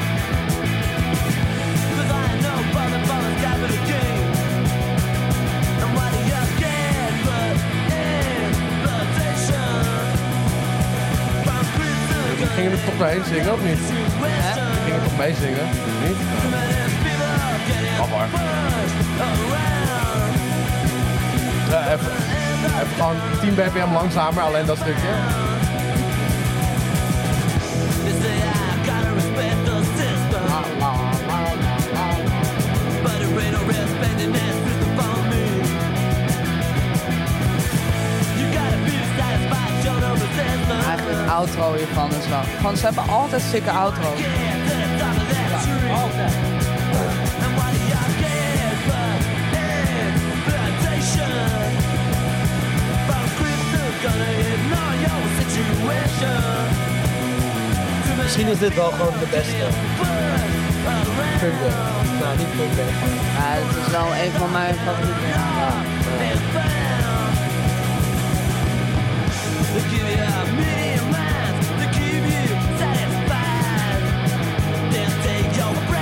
F: Cause I know Bobby Bobby's got me the king. And what he just did was invitation. From prison to
B: Gingen we er toch doorheen zingen, of niet? Gingen we toch meezingen? Niet? Nou, jammer. Ja, even, even gewoon 10 bpm langzamer, alleen dat stukje.
F: They say I gotta respect the system. But it ain't no respect in that system for me. You gotta be satisfied, show no resentment.
D: Eigenlijk het outro hiervan is wel. Gewoon, ze hebben altijd stukken outro.
F: Yeah, to the top of that tree. And why do y'all get but exploitation? But Christus gonna ignore your situation. Too many
C: Misschien is dit wel gewoon de beste
F: people around.
C: punkband. Nou, niet punkband. maar
D: Ja, het is wel een van mijn favorieten.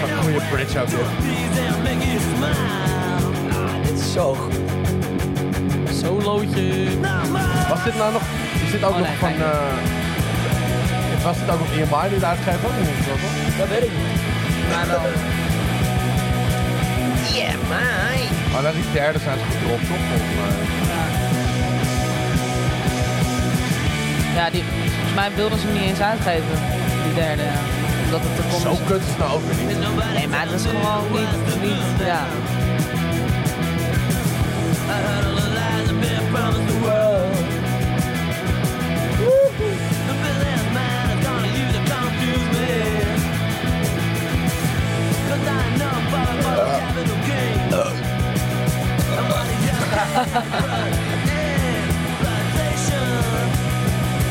B: Wat een goede bridge ook weer.
C: Dit is zo goed.
G: Solootje.
B: Was dit nou nog... Is dit ook
D: Oh,
B: nog
D: nee,
B: van...
D: fijn.
B: eh, was dit ook nog EMI die het uitgeeft? Ook niet, toch?
C: Dat weet ik niet.
B: Maar dan die derde zijn ze gedropt, toch? Volgens mij.
D: Ja, die, volgens mij wilden ze hem niet eens uitgeven, die derde. ja. Omdat het te
B: Zo
D: komt.
B: kut is het nou ook weer niet.
D: Nee, maar het is gewoon niet, niet ja.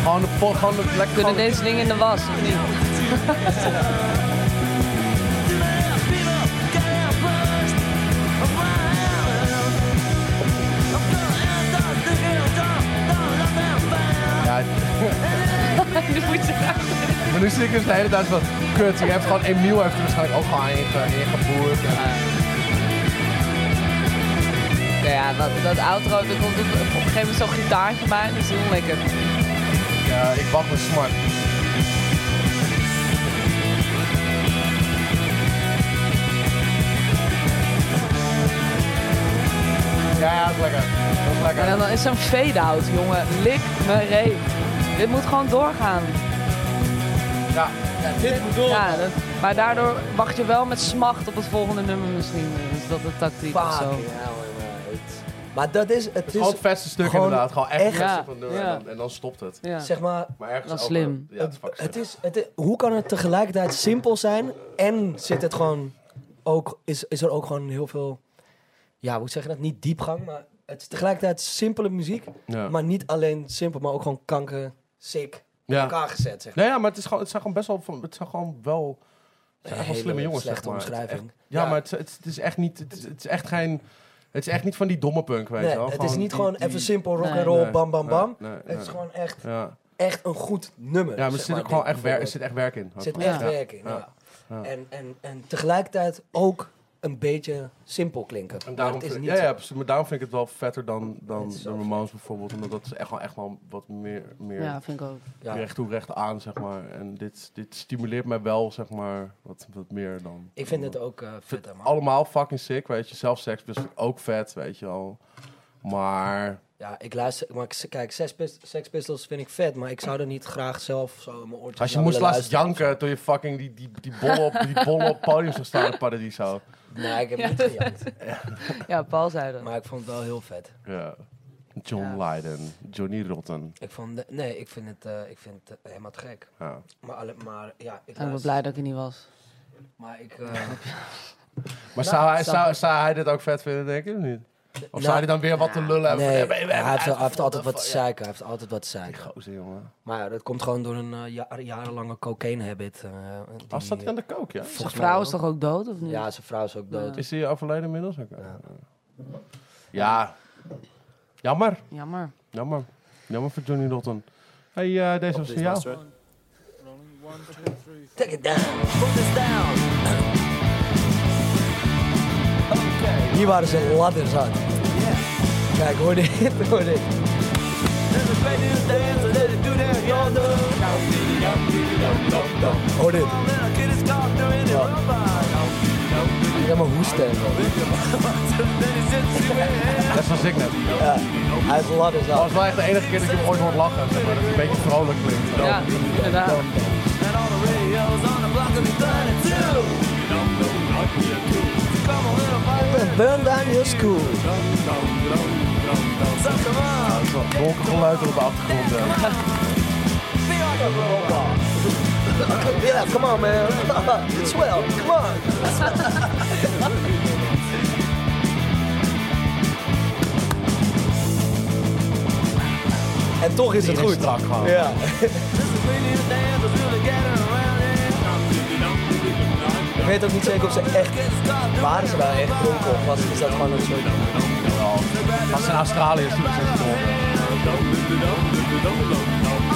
B: Gewoon de pot, gewoon de lekker...
D: Kunnen
B: gewoon-
D: deze dingen in de was, of niet?
B: Ja,
D: Die moet je-
B: maar nu zie ik dus de hele tijd van... Kut, je hebt gewoon... Emiel heeft er waarschijnlijk ook gewoon inge- ingevoerd. En-
D: Nou ja, dat, dat outro, er komt op een gegeven moment zo'n gitaartje bij. Dat is heel lekker.
B: Ja, eh, ik wacht me smart. Ja, dat is lekker. Dat is lekker.
D: En dan is zo'n fade-out, jongen. Lik me reet. Dit moet gewoon doorgaan.
B: Ja.
C: Dit moet door.
D: Ja, dat- maar daardoor wacht je wel met smacht op het volgende nummer misschien. Is dat de tactiek of
C: Fuck, ja,
D: zo?
C: right. Maar dat is, het
B: Gewoon het
C: is,
B: vetste stuk
C: gewoon
B: inderdaad. Gewoon echt,
C: echt-
B: het vetste
D: Ja,
B: van doen en,
D: ja.
B: dan, en dan stopt het.
D: Ja.
C: zeg maar,
B: Maar ergens
D: Dat is
B: ook
D: slim.
B: wel- Ja, het is fucking
C: het
B: slim.
C: is, het is, hoe kan het tegelijkertijd simpel zijn en zit het gewoon ook, is, is er ook gewoon heel veel, ja, hoe zeg je dat, niet diepgang, maar het is tegelijkertijd simpele muziek,
B: Ja.
C: maar niet alleen simpel, maar ook gewoon kanker, sick,
B: Ja.
C: elkaar gezet, zeg maar.
B: Nee, ja, maar het, is gewoon, het zijn gewoon best wel... van- Het zijn gewoon wel... Het zijn echt wel
C: Hele
B: slimme jongens,
C: slechte
B: zeg maar. Het is
C: omschrijving.
B: echt- ja,
C: Ja.
B: maar het, het, het is echt niet... Het is, het is echt geen... Het is echt niet van die domme punk, weet je
C: Nee,
B: wel.
C: het is niet
B: die-
C: gewoon
B: die-
C: even simpel rock
D: Nee,
C: and roll,
B: nee,
C: bam, bam,
B: nee,
C: bam.
B: nee,
C: Het is
B: nee.
C: gewoon echt,
B: Ja.
C: echt een goed nummer.
B: Ja, maar er
C: zeg
B: zit ook
C: dit
B: gewoon echt werk, er
C: bijvoorbeeld.
B: zit echt werk in.
C: Er zit
B: Ook.
C: echt
B: Ja.
C: werk in.
B: Ja.
C: Ja.
B: Ja.
C: En, en, en tegelijkertijd ook een beetje simpel klinken.
B: En
C: Maar
B: daarom,
C: het is
B: vind,
C: niet
B: ja,
C: zo.
B: ja, precies, maar daarom vind ik het wel vetter dan, dan
C: Het is
B: de
C: wel
B: Ramones bijvoorbeeld. Omdat dat is echt wel, echt wel wat meer, meer
D: Ja, vind ik ook.
C: Ja.
B: recht toe, recht aan, zeg maar. En dit, dit stimuleert mij wel, zeg maar, wat, wat meer dan...
C: Ik vind het ook eh vet, man.
B: Allemaal fucking sick, weet je. Zelf Sex Pistols vind ik ook vet, weet je al. Maar
C: Ja, ik luister, maar ik- kijk, Sex Pist- Sex Pistols vind ik vet, maar ik zou er niet graag zelf zo in mijn oortjes
B: als je
C: naar
B: moest
C: willen
B: laten janken toen je fucking die, die, die bol op, die bol op podium zou staan in Paradiso.
C: luisteren. Nee, ik heb
D: Ja,
C: niet
D: dat-
C: gejankt,
D: Ja, Paul zei dat.
C: maar ik vond het wel heel vet.
B: Ja. John
D: Ja.
B: Lydon, Johnny Rotten.
C: Ik vond, de- nee, ik vind het, eh, ik vind het eh, helemaal te gek.
B: Ja.
C: Maar, alle, maar ja, ik
D: Ik ben
C: luister-
D: blij dat ik er niet was.
C: Maar ik, eh,
B: Maar zou hij,
C: Nou, snap Nou,
B: zou, zou hij dit ook vet vinden, denk je? Of niet? Of zou hij dan weer wat te lullen hebben?
C: nee,
B: van, "Hey, we hebben
C: hij heeft, hij heeft
B: uitgevonden
C: altijd wat te
B: van-
C: zeiken, hij heeft altijd wat te zeiken.
B: Ja, Gozer, jongen.
C: Maar ja, dat komt gewoon door een eh, ja- jarenlange cocaine habit. eh, die-
B: Was dat aan de kook, ja?
C: Volgens
D: Zijn
C: mij
D: vrouw
C: wel.
D: is toch ook dood, of niet?
C: Ja, zijn vrouw is ook dood.
E: Dus
B: Is hij overleden inmiddels? Oké.
C: Ja.
B: Ja. Jammer.
D: Jammer.
B: Jammer. Jammer voor Johnny Rotten. hey, eh, deze was voor jou.
E: Oké,
C: Take it down.
F: Put this down. Okay.
E: hier waren ze ladders aan.
F: Yeah.
E: Kijk, hoor dit, hoor
F: There's
E: dit.
F: a way to dance, and there's a do that yonder.
E: Hoor dit.
F: Little kid is caught doing it robot.
E: Helemaal hoesten.
F: Then he sits you in.
B: Net zoals ik net.
E: Ja, hij heeft ladders
B: Dat
E: aan.
B: was wel echt de enige keer dat ik hem ooit hoor lachen. Zeg maar, dat het een beetje vrolijk klinkt.
D: Ja, inderdaad.
F: And all the radios on the block will be turning too. Come on, little buddy,
E: Burn down your school.
F: something wrong.
B: Dat is wel donker geluid op de achtergrond. eh.
E: Yeah, come on man. It's well, come on. En toch is het
B: Hier is
E: goed.
B: strak gewoon.
E: Ja. Ik weet ook niet zeker of ze echt waren ze daar echt dronken of was is dat gewoon een soort.
B: Als ze in Australië is, doe ik het even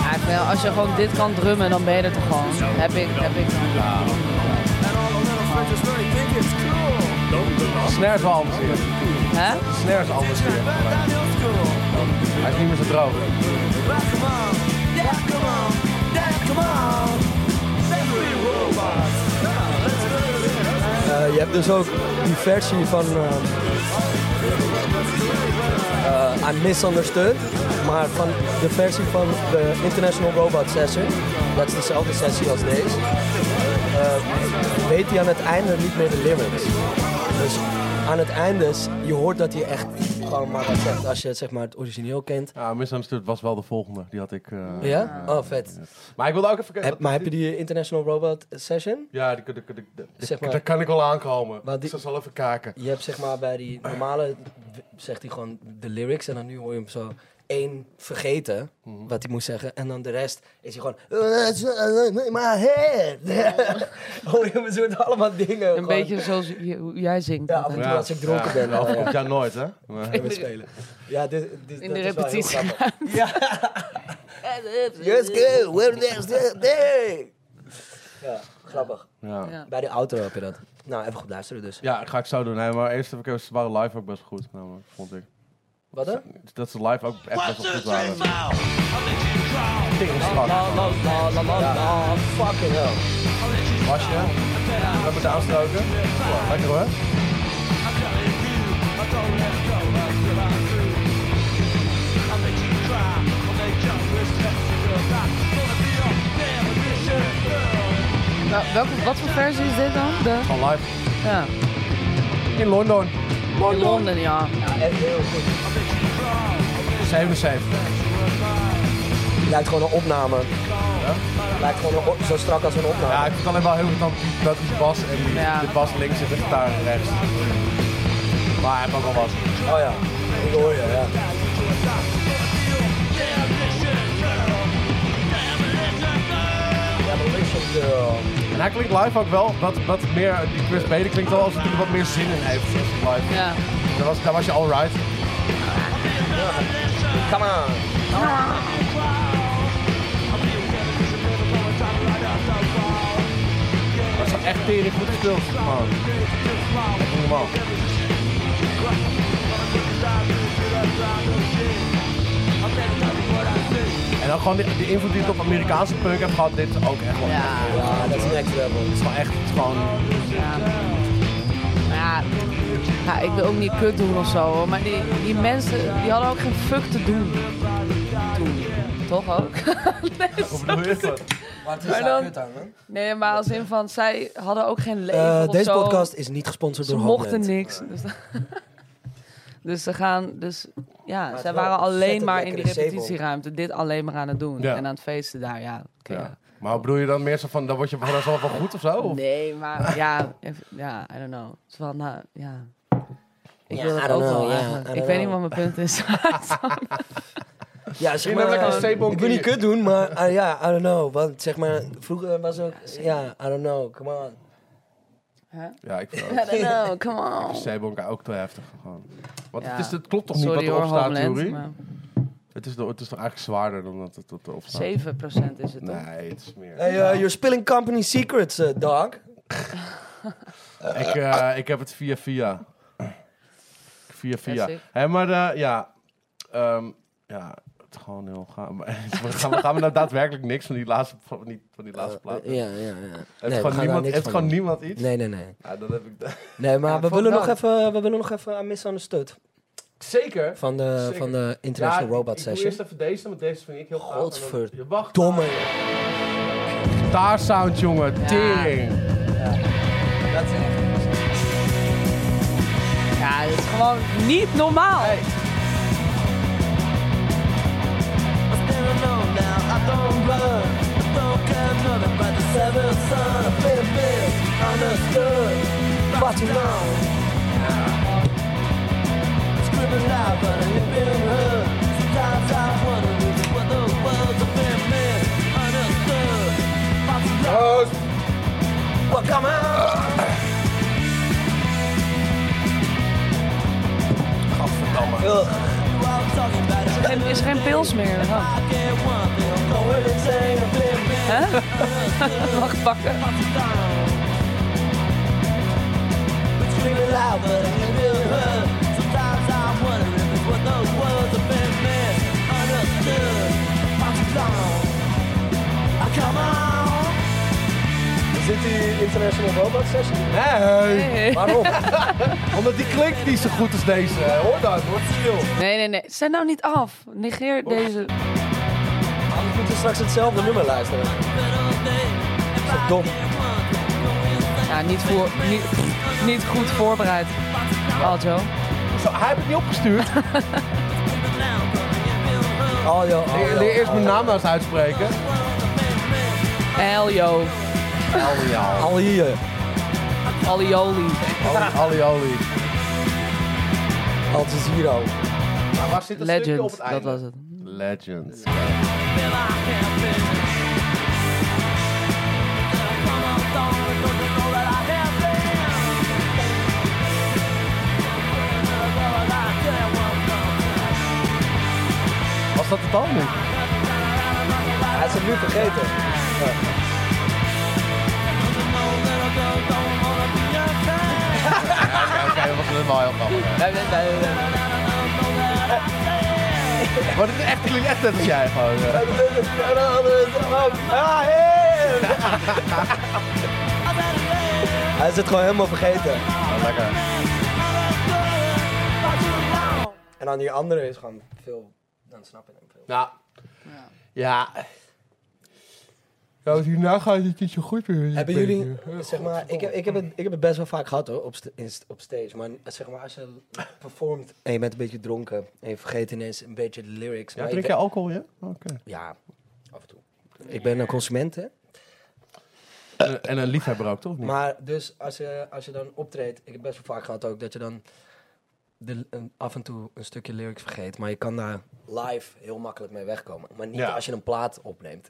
D: Ja, ik vind, als je gewoon dit kan drummen, dan ben je er toch gewoon. Heb ik, heb ik.
F: Oh,
B: Snare is wel anders hier.
D: Hè?
B: Snare is anders hier. Hij is niet meer zo droog.
E: Eh, je hebt dus ook die versie van eh eh, I'm Misunderstood, maar van de versie van de International Robot Session, dat is dezelfde sessie als deze, eh, weet hij aan het einde niet meer de lyrics. Dus aan het einde, is- je hoort dat hij echt gewoon maar wat zegt, als je zeg maar, het origineel kent.
B: Ja, Misunderstood was wel de volgende. Die had ik... eh,
E: Ja? Oh, vet.
B: Maar ik wilde ook even...
E: Heb, maar heb je die International Robot Session?
B: Ja, die, die, die, die- die-
E: Zeg maar-
B: daar kan ik wel aankomen.
E: Maar
B: Dus
E: die-
B: dat zal even kaken.
E: Je hebt zeg maar bij die normale, w- zegt hij gewoon de lyrics en dan nu hoor je hem zo één vergeten wat hij moest zeggen. En dan de rest is hij gewoon, in my head. hoor je hem zo met allemaal dingen.
D: Een beetje zoals je- hoe jij zingt.
E: Ja,
D: altijd.
E: af en toe als ik dronken ben.
B: Ja,
E: dan,
B: dat
E: ja.
B: komt jou nooit, hè? Maar-
E: Even spelen. Ja, dit, dit,
D: In
E: dat
D: de
E: is wel heel
D: repetitie.
E: grappig. Ja. Let's go, where there's the day. Ja, grappig.
B: Ja.
D: Ja.
E: Bij de outro heb je dat. Nou, even goed luisteren dus.
B: ja, ga ik zo doen. Nee, maar eerst even... Ze waren live ook best goed, namelijk, vond ik.
E: Wat dan?
B: Dat ze live ook echt best wel goed waren.
E: Oh, fucking hell.
B: Wasje. Wat met de aanstroken? Lekker hoor.
D: Nou, welke, wat voor versie is dit dan? De,
B: Van live.
D: ja.
B: In Londen.
D: In Londen, ja.
E: Echt heel goed.
B: 77.
E: Lijkt gewoon een opname. Lijkt gewoon een op- zo strak als een opname.
B: Ja, ik vind het alleen wel heel goed dat die- dat die bas en die,
D: Ja.
B: de bas links en de gitaar rechts. Maar hij heeft ook al was.
E: Oh ja, ik hoor je, ja. Demolition Girl.
B: En hij klinkt live ook wel wat, wat meer, die Chris Bailey klinkt wel alsof hij er wat meer zin in heeft live.
D: Ja.
B: Daar was, daar was je alright.
E: Come on.
B: Dat is echt tering goed gespeeld. Man. Echt niet normaal. En dan gewoon de, de invloed die het op Amerikaanse punk heeft gehad, dit ook echt wel. Het
D: Ja.
E: Ja, dat is next level.
B: is gewoon echt het is gewoon...
D: Ja. Maar ja, Ja, ik wil ook niet kut doen of zo, hoor, maar die, die mensen die hadden ook geen fuck te doen. Toen. Toch ook? nee,
B: Hoe bedoel je dat?
C: Wat
D: Maar daar dan- kut nee, maar als in van, zij hadden ook geen leven
E: Eh,
D: of
C: Eh, deze
D: zo.
C: podcast is niet gesponsord
D: Ze
C: door
D: mochten
C: Homeland.
D: niks. Dus, dus ze gaan, dus ja,
C: het
D: zij
C: is wel
D: waren
C: een
D: alleen
C: vette
D: maar in de
C: lekkere zeebol.
D: repetitieruimte dit alleen maar aan het doen.
B: Ja.
D: En aan het feesten daar, ja. oké,
B: Ja. Maar bedoel je dan meer zo van, dan word je vanaf wel goed of zo?
D: ja.
B: Of?
D: Nee, maar ja, even- ja, I don't know. Het is wel, nou, ja. Ik
C: Ja,
D: wil
C: I
D: dat ook
C: don't know,
D: wel
C: ja,
D: eigenlijk.
C: I don't
D: ik weet niet
C: know.
D: wat mijn punt is.
C: Ja, zeg
B: Misschien heb ik een
C: maar, eh,
B: stapel-
C: ik wil niet kut doen, maar ah, ja, I don't know. Want zeg maar, vroeger was ook, ja, I don't know, come on.
B: Ja, ik vind
D: I don't know, come on.
B: Zeebonka ook te heftig. Gewoon. Want
D: Ja.
B: het, is, het klopt toch niet
D: Sorry
B: wat
D: hoor,
B: erop staat,
D: Homeland.
B: Jury?
D: Maar
B: Het, is, toch- het is toch eigenlijk zwaarder dan dat het erop staat?
D: 7% is het toch?
B: Nee, het is meer.
C: Hey, uh, you're spilling company secrets, eh, dog.
B: Ik, eh, ik heb het via via. Via via.
D: That's it.
B: Hé, maar eh, ja. Ehm, ja, het is gewoon heel gaaf. Maar gaan, we, gaan we nou daadwerkelijk niks van die laatste, van die, van die laatste plaat?
C: Eh, ja, ja, ja.
B: heeft
C: we gaan
B: gewoon,
C: daar
B: niemand,
C: niks
B: heeft
C: van
B: gewoon
C: doen.
B: niemand iets?
C: Nee, nee, nee.
B: Ja, dat heb ik.
C: Nee, maar we,
B: vond
C: willen
B: ik
C: nog
B: wel.
C: even, eh, we willen nog even aan Misunderstood
B: Zeker.
C: van de,
B: Zeker.
C: van de International Robot
B: Ik doe
C: Session.
B: eerst even deze, want deze vind ik heel gaaf.
C: Godverdomme.
B: Je wacht.
C: Domme.
B: Gitaarsound, jongen. Tering.
D: Ja, dat is gewoon niet normaal. Er is geen pils meer. Oh. Hè? Mag pakken.
C: Is dit die International Robot Session?
B: Nee.
D: Nee,
B: Waarom? Omdat die klinkt niet zo goed als deze. Hoor dat, hoor stil.
D: nee, nee. Zet nou niet af. Negeer deze.
C: We moeten straks hetzelfde nummer luisteren. Zo dom.
D: Ja, niet, voor, niet, niet goed voorbereid. Aljo.
B: Hij heeft het niet opgestuurd.
C: Oh, joh. oh,
B: Leer,
C: joh.
B: leer eerst mijn naam nou eens uitspreken.
D: Eljo.
B: Alioli.
C: Al hier.
D: Alioli.
B: Alioli.
C: Al Jazeera.
B: Maar waar zit het stukje op
D: Legend.
B: het
D: Dat
B: einde?
D: was het.
B: Legend. Was dat het al nu?
C: Hij is het nu vergeten.
B: Oké, dat was het wel heel grappig. Maar dit is echt, klinkt echt net als jij gewoon. eh.
C: nou, Ah, Hij is het gewoon helemaal vergeten.
B: Ja, lekker.
C: En dan die andere is gewoon veel... Dan snap ik hem veel.
B: Nou. Ja. Ja, want hierna gaat het niet zo goed meer.
C: Hebben jullie, zeg maar, ik heb, ik, heb het, ik heb het best wel vaak gehad hoor, op, st- in st- op stage. Maar zeg maar, als je performt en je bent een beetje dronken en je vergeet ineens een beetje de lyrics.
B: Ja,
C: maar
B: drink
C: ik
B: jij alcohol, ja? Oké.
C: ben- Ja, af en toe. Ik ben een consument hè.
B: Eh, En, en een liefhebber ook, toch? Niet?
C: Maar dus als je, als je dan optreedt, ik heb best wel vaak gehad ook dat je dan de, een- af en toe een stukje lyrics vergeet. Maar je kan daar live heel makkelijk mee wegkomen. Maar niet
B: Ja.
C: als je een plaat opneemt.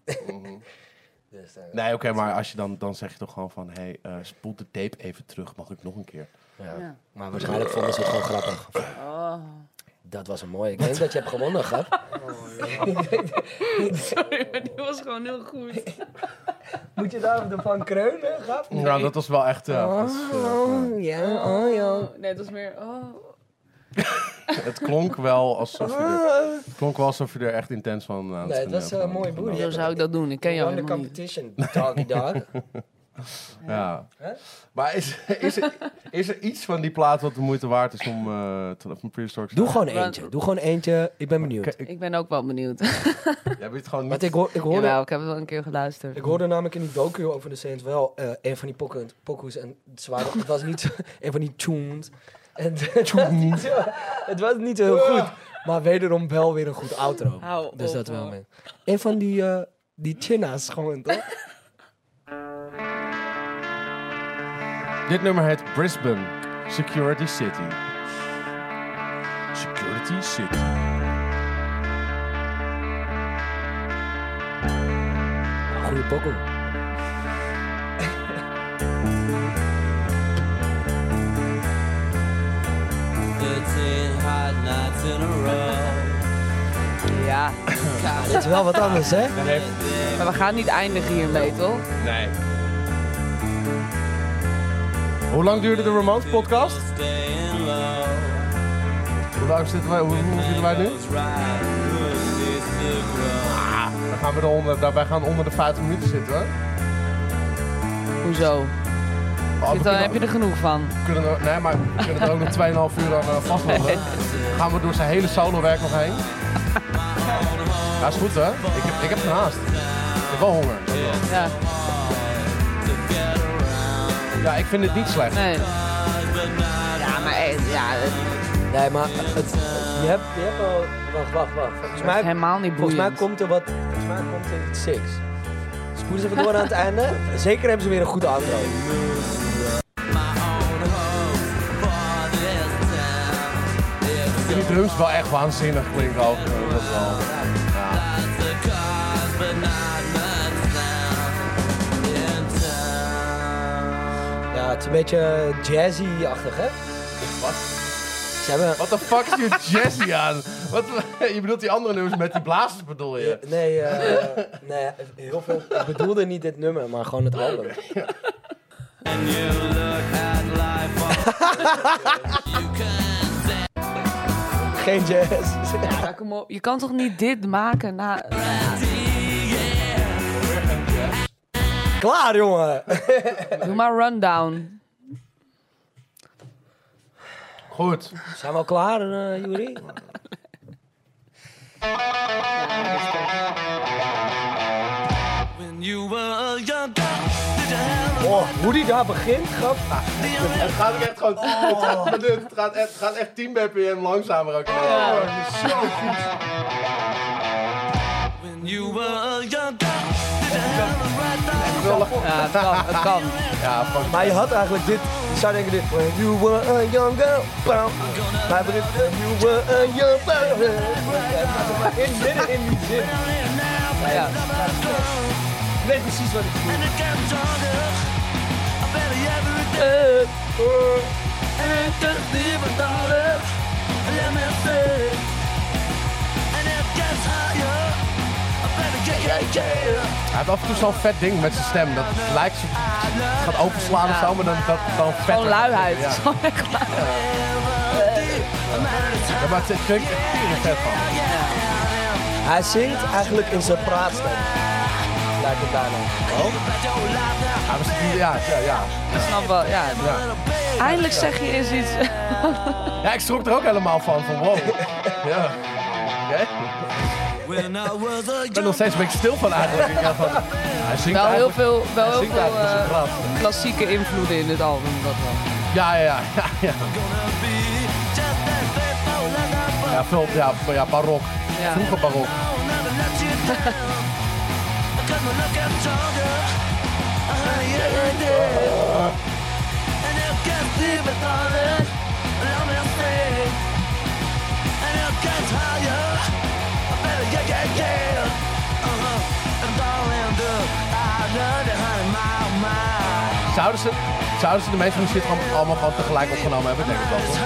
C: dus, eh,
B: Nee, oké, maar als je dan, dan zeg je toch gewoon van... hey, eh, spoel de tape even terug, mag ik nog een keer?
C: ja.
D: Ja.
C: Maar waarschijnlijk vonden ze het gewoon grappig.
D: Oh.
C: Dat was een mooie. Ik denk dat je hebt gewonnen, gehad.
D: Sorry, maar die was gewoon heel goed.
C: Moet je daar van kreunen, Gaf?
B: Nou, dat was wel echt... eh,
C: Ah.
B: dat is, eh,
C: Ja, oh ja.
D: Nee, het was meer... Oh.
B: het klonk wel alsof je er, het klonk wel alsof je er echt intens van... aan
C: Nee, het was,
B: van-
C: eh,
B: van-
C: mooie
B: van-
C: boer,
B: van-
C: ja.
D: Zo zou ik dat doen. Ik ken jou
C: Won the
D: helemaal niet.
C: competition, doggy dog.
B: Ja.
C: Hè?
B: Maar is, is, er, is er iets van die plaat wat de moeite waard is om eh te, van Prehistoric Style?
C: Doe gewoon eentje. Doe gewoon eentje. Ik ben benieuwd.
B: Ik-
D: Ik ben ook wel benieuwd.
B: Jij bent gewoon niet...
C: Want ik, hoor, ik, hoorde,
D: Jawel, ik heb het wel een keer geluisterd.
C: ik hoorde namelijk in die docu over de Saints wel eh, een van die pokken- pokoes. En ze waren, het was niet een van die tuned. En het, was niet zo, het was niet zo heel goed. Maar wederom wel weer een goed outro.
D: Hou
C: dus
D: op,
C: dat wel
D: hoor.
C: mee. Een van die, eh die chinna's gewoon, toch?
B: Dit nummer heet Brisbane Security City. Security City.
C: Goeie pokoe.
F: Thirteen hot nights in a row.
D: Ja,
C: Het is wel wat anders, hè?
D: maar we gaan niet eindigen hiermee, toch?
B: Nee. Hoe lang duurde de Ramones podcast?
F: Staying low.
B: Hoe lang zitten wij, hoe, hoe zitten wij nu?
F: Goes right through a sister grow.
B: Ah, Dan gaan we er onder, daarbij gaan we onder de 50 minuten zitten hoor.
D: Hoezo?
B: Oh,
D: Zit
B: we
D: dan,
B: kunnen,
D: heb je er genoeg van?
B: we kunnen er- nee, maar we kunnen er ook nog 2,5 uur aan eh, vasthouden. Gaan we door zijn hele solowerk nog heen. Ja, is goed hè? Ik heb, ik heb geen haast. Ik heb wel honger.
D: Ja,
B: Ja, ik vind het niet slecht.
D: nee. Ja, maar eh, ja, het
C: Nee, maar het, je hebt, je hebt al... Wacht, wacht, wacht. Volgens
D: is
C: mij,
D: helemaal niet
C: volgens mij
D: boeiend.
C: komt er wat... Volgens mij komt er iets six. Spoed eens even door aan het einde. Zeker hebben ze weer een goede outro.
F: My own hopes for this town. If
B: Ik vind die drums wel echt waanzinnig klinken ook. eh, dat wel.
F: lots of cars, but not much sound in town.
C: Ja, het is een beetje jazzy-achtig, hè?
B: Wat?
C: Ze hebben...
B: What the fuck is je Jesse aan? Wat, je bedoelt die andere nummers met die blazers bedoel je?
C: Nee, eh, nee, heel veel... Ik bedoelde niet dit nummer, maar gewoon het album.
F: And you look at life all- you can say
C: Geen jazz.
D: Ja, kom op. Je kan toch niet dit maken na...
C: Klaar, jongen!
D: Doe maar rundown.
B: Goed.
C: Zijn we al klaar, eh Juri?
F: when you were a young girl.
C: Oh, hoe die daar begint, grap.
B: Het gaat ook echt gewoon...
D: Oh.
B: Het gaat, het gaat echt, het gaat echt 10 bpm langzamer ook. Oh, zo goed.
F: When you were a young girl.
B: Geweldig.
D: Ja, het kan, het kan.
B: Ja, fuck.
C: Maar je had eigenlijk dit. Je zou denken dit. When you were a young girl. Bam. Maar hebben dit. When you were a young girl. Ja, het gaat er maar In midden in die zin.
D: Ja.
C: Ik weet precies wat ik bedoel.
F: And it got stronger. I barely ever did. And it doesn't even matter. Let me say. And it gets higher. I better get, get, get.
B: Hij heeft af en toe zo'n vet ding met zijn stem. Dat lijkt... zo- Het gaat overslaan of zo, maar dan dat dan vet.
D: Gewoon luiheid.
B: Ja.
D: Gewoon echt luiheid.
B: Ja, maar het het klinkt echt hier vet van.
C: Hij zingt eigenlijk in zijn praatstem. Lijkt het daarna.
B: Ja, maar het- ja, ja, ja.
D: Ik snap wel, ja.
B: Ja.
D: Eindelijk zeg je eens iets.
B: Ja, ik schrok er ook helemaal van. Van wow. Ja. Oké.
F: When I was a
B: Ik ben nog
F: young
B: steeds een beetje stil van eigenlijk. Ik dacht van, hij zingt
D: Wel heel
B: eigenlijk-
D: veel, wel
B: hij
D: heel
B: zingt
D: veel
B: eigenlijk met zijn
D: eh,
B: plaat.
D: klassieke invloeden in het album. Dat wel.
B: Ja, ja, ja. Ja,
F: gonna be just that faithful as I was.
B: ja, veel, ja, maar ja barok.
D: Ja.
B: Vroeger barok.
F: I'll never let you down. Cause my love gets stronger. I heard you like this. And it gets even harder. Let me say. And it gets higher. I better yeah, yeah, yeah. Uh-huh. And I'll end up. I learned it, honey, my mind.
B: Zouden ze, zouden ze de meeste van die shit gewoon, allemaal gewoon tegelijk opgenomen hebben? Denk ik wel. toch?
F: Yeah,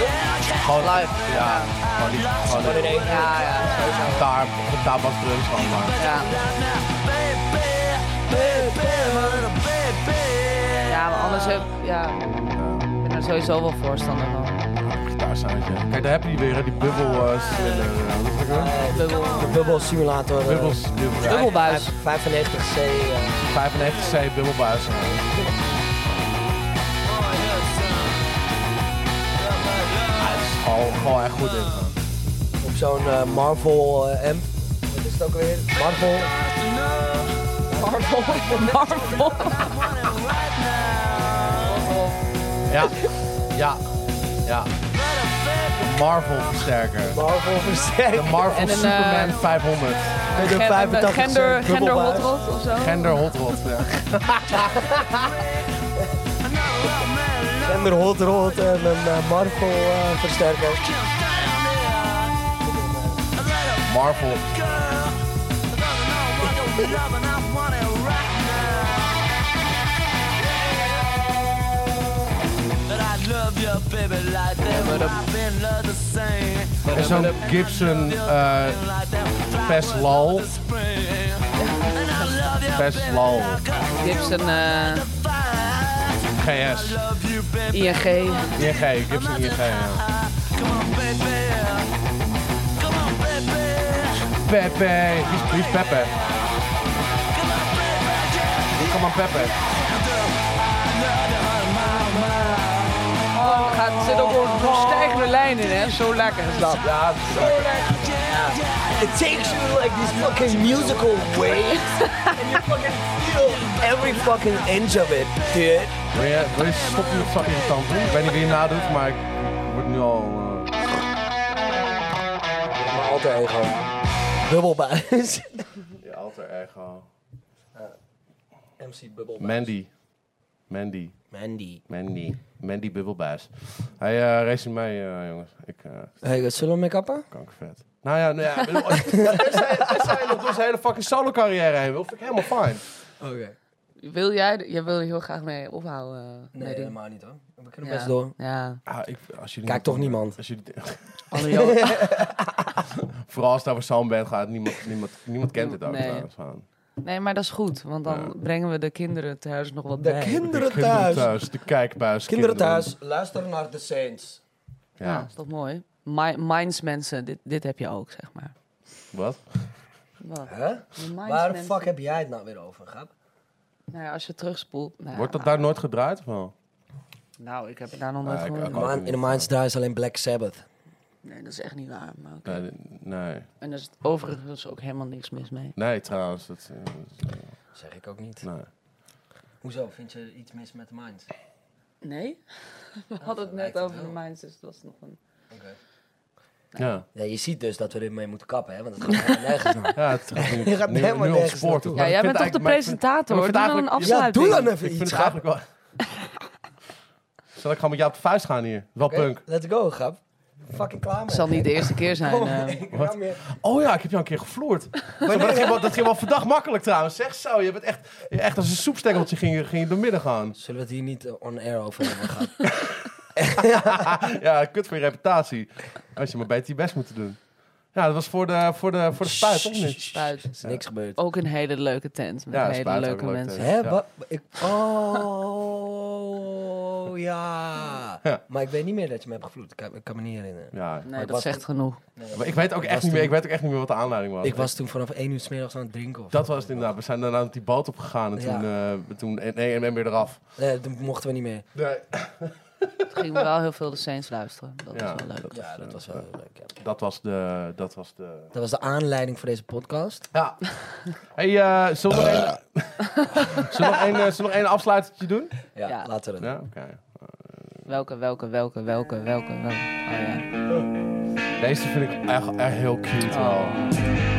F: yeah, yeah.
B: Gewoon live. Ja, gewoon niet. Gewoon
C: Gewoon in één keer.
D: Ja, ja,
B: Daar, de tabasdrums gewoon maar.
D: ja. Ja, maar anders heb ja. Ik ben er sowieso wel voorstander van.
B: Gitaarsoundje. Kijk, daar heb je die weer, hè, die bubbel... eh cylinder. Hoe heet dat ook weer?
D: Bubbel,
C: De bubbelsimulator. eh,
B: Bubbels. bubbel-
D: bubbelbuis.
C: 95C. eh,
B: 95C bubbelbuis. Al, al echt goed in.
C: Op zo'n eh, Marvel eh, M. Wat is het ook weer? Marvel.
D: Marvel. Marvel.
B: Ja, ja, ja. De Marvel versterker.
C: Marvel
B: De
C: versterkt.
B: Marvel
D: En een,
B: Superman
D: eh,
B: 500.
C: Met een
D: Gen-
C: 85
D: gender,
C: cent
D: gender hot
C: bubbelbaas.
D: rod of zo.
B: Gender hot rod. Ja.
C: Gender hot rod en een eh, Marvel eh, versterker.
B: Marvel. En zo'n Gibson eh Peslal. Peslal.
D: Gibson, eh,
B: GS.
D: ING.
B: ING. Gibson ING. Ja. Pepe. Wie is, wie is Pepe? Kom maar Pepe.
D: Oh, gaat, er zit ook een stijgende lijn in, hè? Zo lekker is dat.
C: Ja, It takes you like this fucking musical waves. and you fucking feel every fucking inch of it, dude.
B: Wil je, wil je stoppen met fucking irritant doen? Ik weet niet wie je nadoet, maar ik word nu al... eh,
C: Maar altijd ego. Bubbelbuis.
B: Ja, alter ego.
C: MC Bubbelbuis.
B: Mandy. Mandy.
C: Mandy.
B: Mandy. Mandy Bubbelbaas. Hij eh race in mij, eh, jongens. Ik eh
C: Hey, zullen we make-uppen?
B: kankervet. Nou ja, nou ja. ik bedoel, als- Als hij nog door zijn hele fucking solo carrière heen wil, vind ik helemaal fijn.
C: Oké.
D: Wil jij, jij wil er heel graag mee ophouden?
C: Nee,
D: meedoen.
C: helemaal niet hoor. We kunnen best door.
D: Ja,
B: Ah, ik, als jullie
C: Kijkt toch niemand?
B: Als jullie,
D: André
B: vooral als het over zo'n band gaat, niemand, niemand, niemand kent het ook. Nou,
D: Nee.
B: trouwens, gewoon.
D: Nee, maar dat is goed, want dan
B: Ja.
D: brengen we de kinderen thuis nog wat
C: De
D: bij.
C: kinderen
B: Kinderen thuis.
C: thuis.
B: de kijkbuis.
C: Kinderen thuis, luister naar de Saints.
D: ja. is toch mooi? Mi- Minds mensen, dit, dit heb je ook, zeg maar.
B: ja. Wat?
D: Wat?
C: Hè?
D: De Minds
C: Waar de
D: mensen.
C: fuck heb jij het nou weer over, Gap?
D: Nou ja, als je terugspoelt. Nou, ja,
B: Wordt dat daar nooit gedraaid of wel?
D: Nou, ik heb het daar nog nooit
B: Ah, ik-
D: gehoord.
B: ik-
C: In de Minds Drive is alleen Black Sabbath.
D: Nee, dat is echt niet waar. Maar oké.
B: Nee, nee.
D: En er is overigens ook helemaal niks mis mee.
B: Nee, trouwens. Dat, eh, dat-
C: Zeg ik ook niet.
B: nee.
C: Hoezo? Vind je iets mis met de Minds?
D: Nee? We hadden het
C: lijkt
D: net
C: het
D: over de
C: wel.
D: Minds, dus dat was nog een...
B: Ja.
C: Ja, je ziet dus dat we ermee moeten kappen, hè? Want het gaat helemaal nergens naar.
B: ja, het gaat nu,
C: Je gaat
B: nu,
C: helemaal
B: nu
C: nergens
B: ontspoort het.
C: naartoe.
B: Maar
D: Ja,
B: ik
D: jij
B: vind
D: bent toch
B: eigenlijk-
D: de
B: maar ik vind-
D: presentator?
B: maar
D: Doe
B: ik vind
D: dan
B: eigenlijk-
D: een
C: Ja,
D: afsluiting.
C: doe dan even
B: Ik vind
C: iets.
B: het
C: Gap.
B: eigenlijk wel... Zal ik gewoon met jou op de vuist gaan hier? Wel
C: Oké,
B: punk.
C: Let's go, Gap. Fucking klaar mee.
D: Het zal niet de eerste keer zijn.
C: Oh,
D: eh.
C: ik ram je.
B: Oh ja, ik heb jou een keer gevloerd. Zo, maar dat, ging wel, dat ging wel verdacht makkelijk trouwens. Zeg zo, je bent echt, je echt als een soepstengeltje ging, je- ging je door midden gaan.
C: Zullen we het hier niet eh, on-air over hebben, Gap?
B: Ja, kut voor je reputatie. Als je maar beter je best moeten doen. Ja, dat was voor de, voor de, voor de spuit, toch niet?
D: Spuit.
C: Is niks gebeurd.
D: Ook een hele leuke tent met
B: Ja,
D: hele
B: Spuit ook
D: leuke
B: leuk
D: mensen.
B: tent.
C: Hè?
B: Ja.
C: Wat? Ik... Oh, ja.
B: Ja.
C: Maar ik weet niet meer dat je me hebt gevloed. Ik kan, ik kan me niet herinneren.
B: Ja.
D: Nee,
C: ik
D: dat
C: was
D: zegt
C: toen-
D: genoeg.
B: Maar ik weet ook echt niet meer, ik weet ook echt niet meer wat de aanleiding was.
C: Ik was toen vanaf 1 uur 's middags aan het drinken. Of
B: Oh, Dat was het inderdaad. We zijn daarna op die boot opgegaan en
C: Ja.
B: toen, eh toen en, en, en weer eraf.
C: Nee, toen mochten we niet meer.
B: Nee.
D: Toen gingen we wel heel veel de Saints luisteren. Dat
B: Ja.
D: is wel leuk.
C: Ja, dat was wel heel leuk. Ja.
B: Dat was de... Dat was de...
C: Dat was de aanleiding voor deze podcast.
B: Ja. hey, eh zullen we nog één- zullen we nog één, eh, zullen we nog één afsluitertje doen?
C: Ja,
D: Ja.
C: laten we dat
B: Ja,
C: doen.
B: oké.
D: Welke, welke, welke, welke, welke, welke. Oh ja.
B: Deze vind ik echt, echt heel cute.
D: Oh.
B: wel.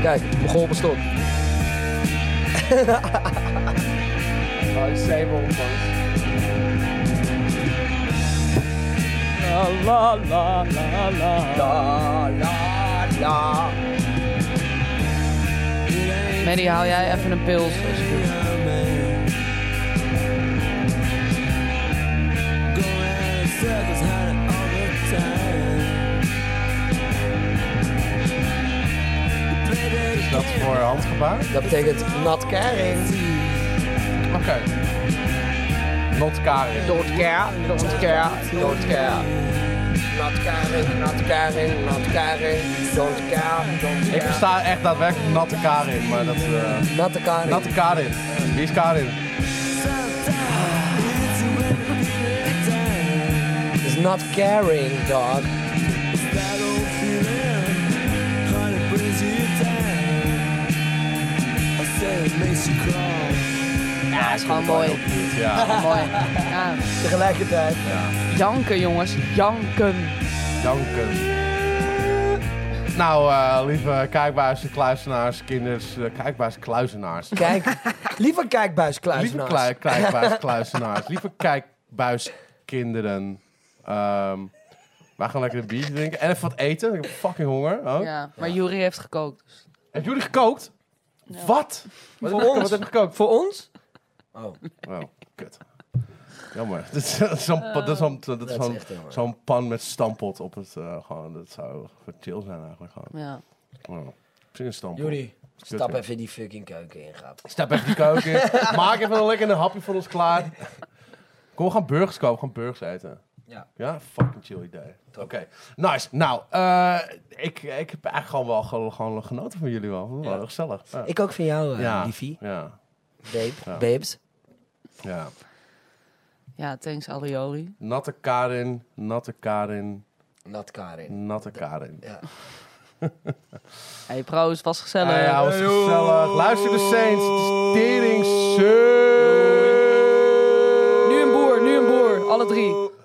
C: Kijk, begon bestond.
D: Mary, haal jij even een pils? alsjeblieft?
B: Is dat voor handgebaar?
C: Dat betekent not caring.
B: Oké. Not Karin.
C: Don't care, don't care, don't care.
E: Not caring, not caring, not caring. Don't care, don't
B: Ik
E: care.
B: versta echt daadwerkelijk natte Karin, maar dat... eh,
E: Natte karing.
B: natte Karin. Wie is Karin?
E: is not caring, dog.
D: Ja, is gewoon mooi.
B: Ja,
D: Mooi. Ja.
E: Tegelijkertijd.
D: Janken, jongens. Janken.
B: danken. Nou, eh, lieve kijkbaars, kluizenaars, kinders, eh, kijkbaars, kluizenaars.
E: Kijk, liever kijkbuiskluis
B: Lieve klei- kijkbuis, kluizenaars. Lieve kijkbuiskinderen. Ehm wij gaan lekker een biertje drinken. En even wat eten. Ik heb fucking honger. ook.
D: Ja, maar Jury heeft gekookt. dus-
B: Hebben jullie gekookt? Wat? Wat
E: Voor
B: heb, je,
E: ons?
B: wat heb je gekookt?
E: Voor ons?
B: Oh, kut. Jammer. Dat is dat is zo'n pa- dat is zo'n- dat is
E: Dat is
B: zo'n-
E: echt jammer.
B: zo'n pan met stampot op het... eh, gewoon, dat zou gewoon chill zijn eigenlijk. Gewoon.
D: Ja.
B: Oh, Misschien een stampot.
E: Jullie. Stap
B: hè?
E: even die fucking keuken in, gaat.
B: Stap even die keuken. in. Maak even een lekker een hapje voor ons klaar. Kom, we gaan burgers kopen. We gaan burgers eten.
E: Ja.
B: Ja, fucking chill idee. Oké, nice. Nou, eh, ik, ik heb eigenlijk gewoon wel gewoon, gewoon genoten van jullie wel. Wel gezellig. Ja.
E: Ik ook van jou, eh,
B: ja.
E: liefie.
B: Ja.
E: Babe.
B: Ja.
E: Babes.
B: ja.
D: ja, thanks Aliori.
B: Natte Karin, natte Karin,
E: Nat Karin.
B: natte Karin.
E: Ja.
D: Hey, proost. Was gezellig.
B: Nou ja, was gezellig. Luister de Saints. Het is tering zeuk.
D: Nu een boer, nu een boer. Alle drie.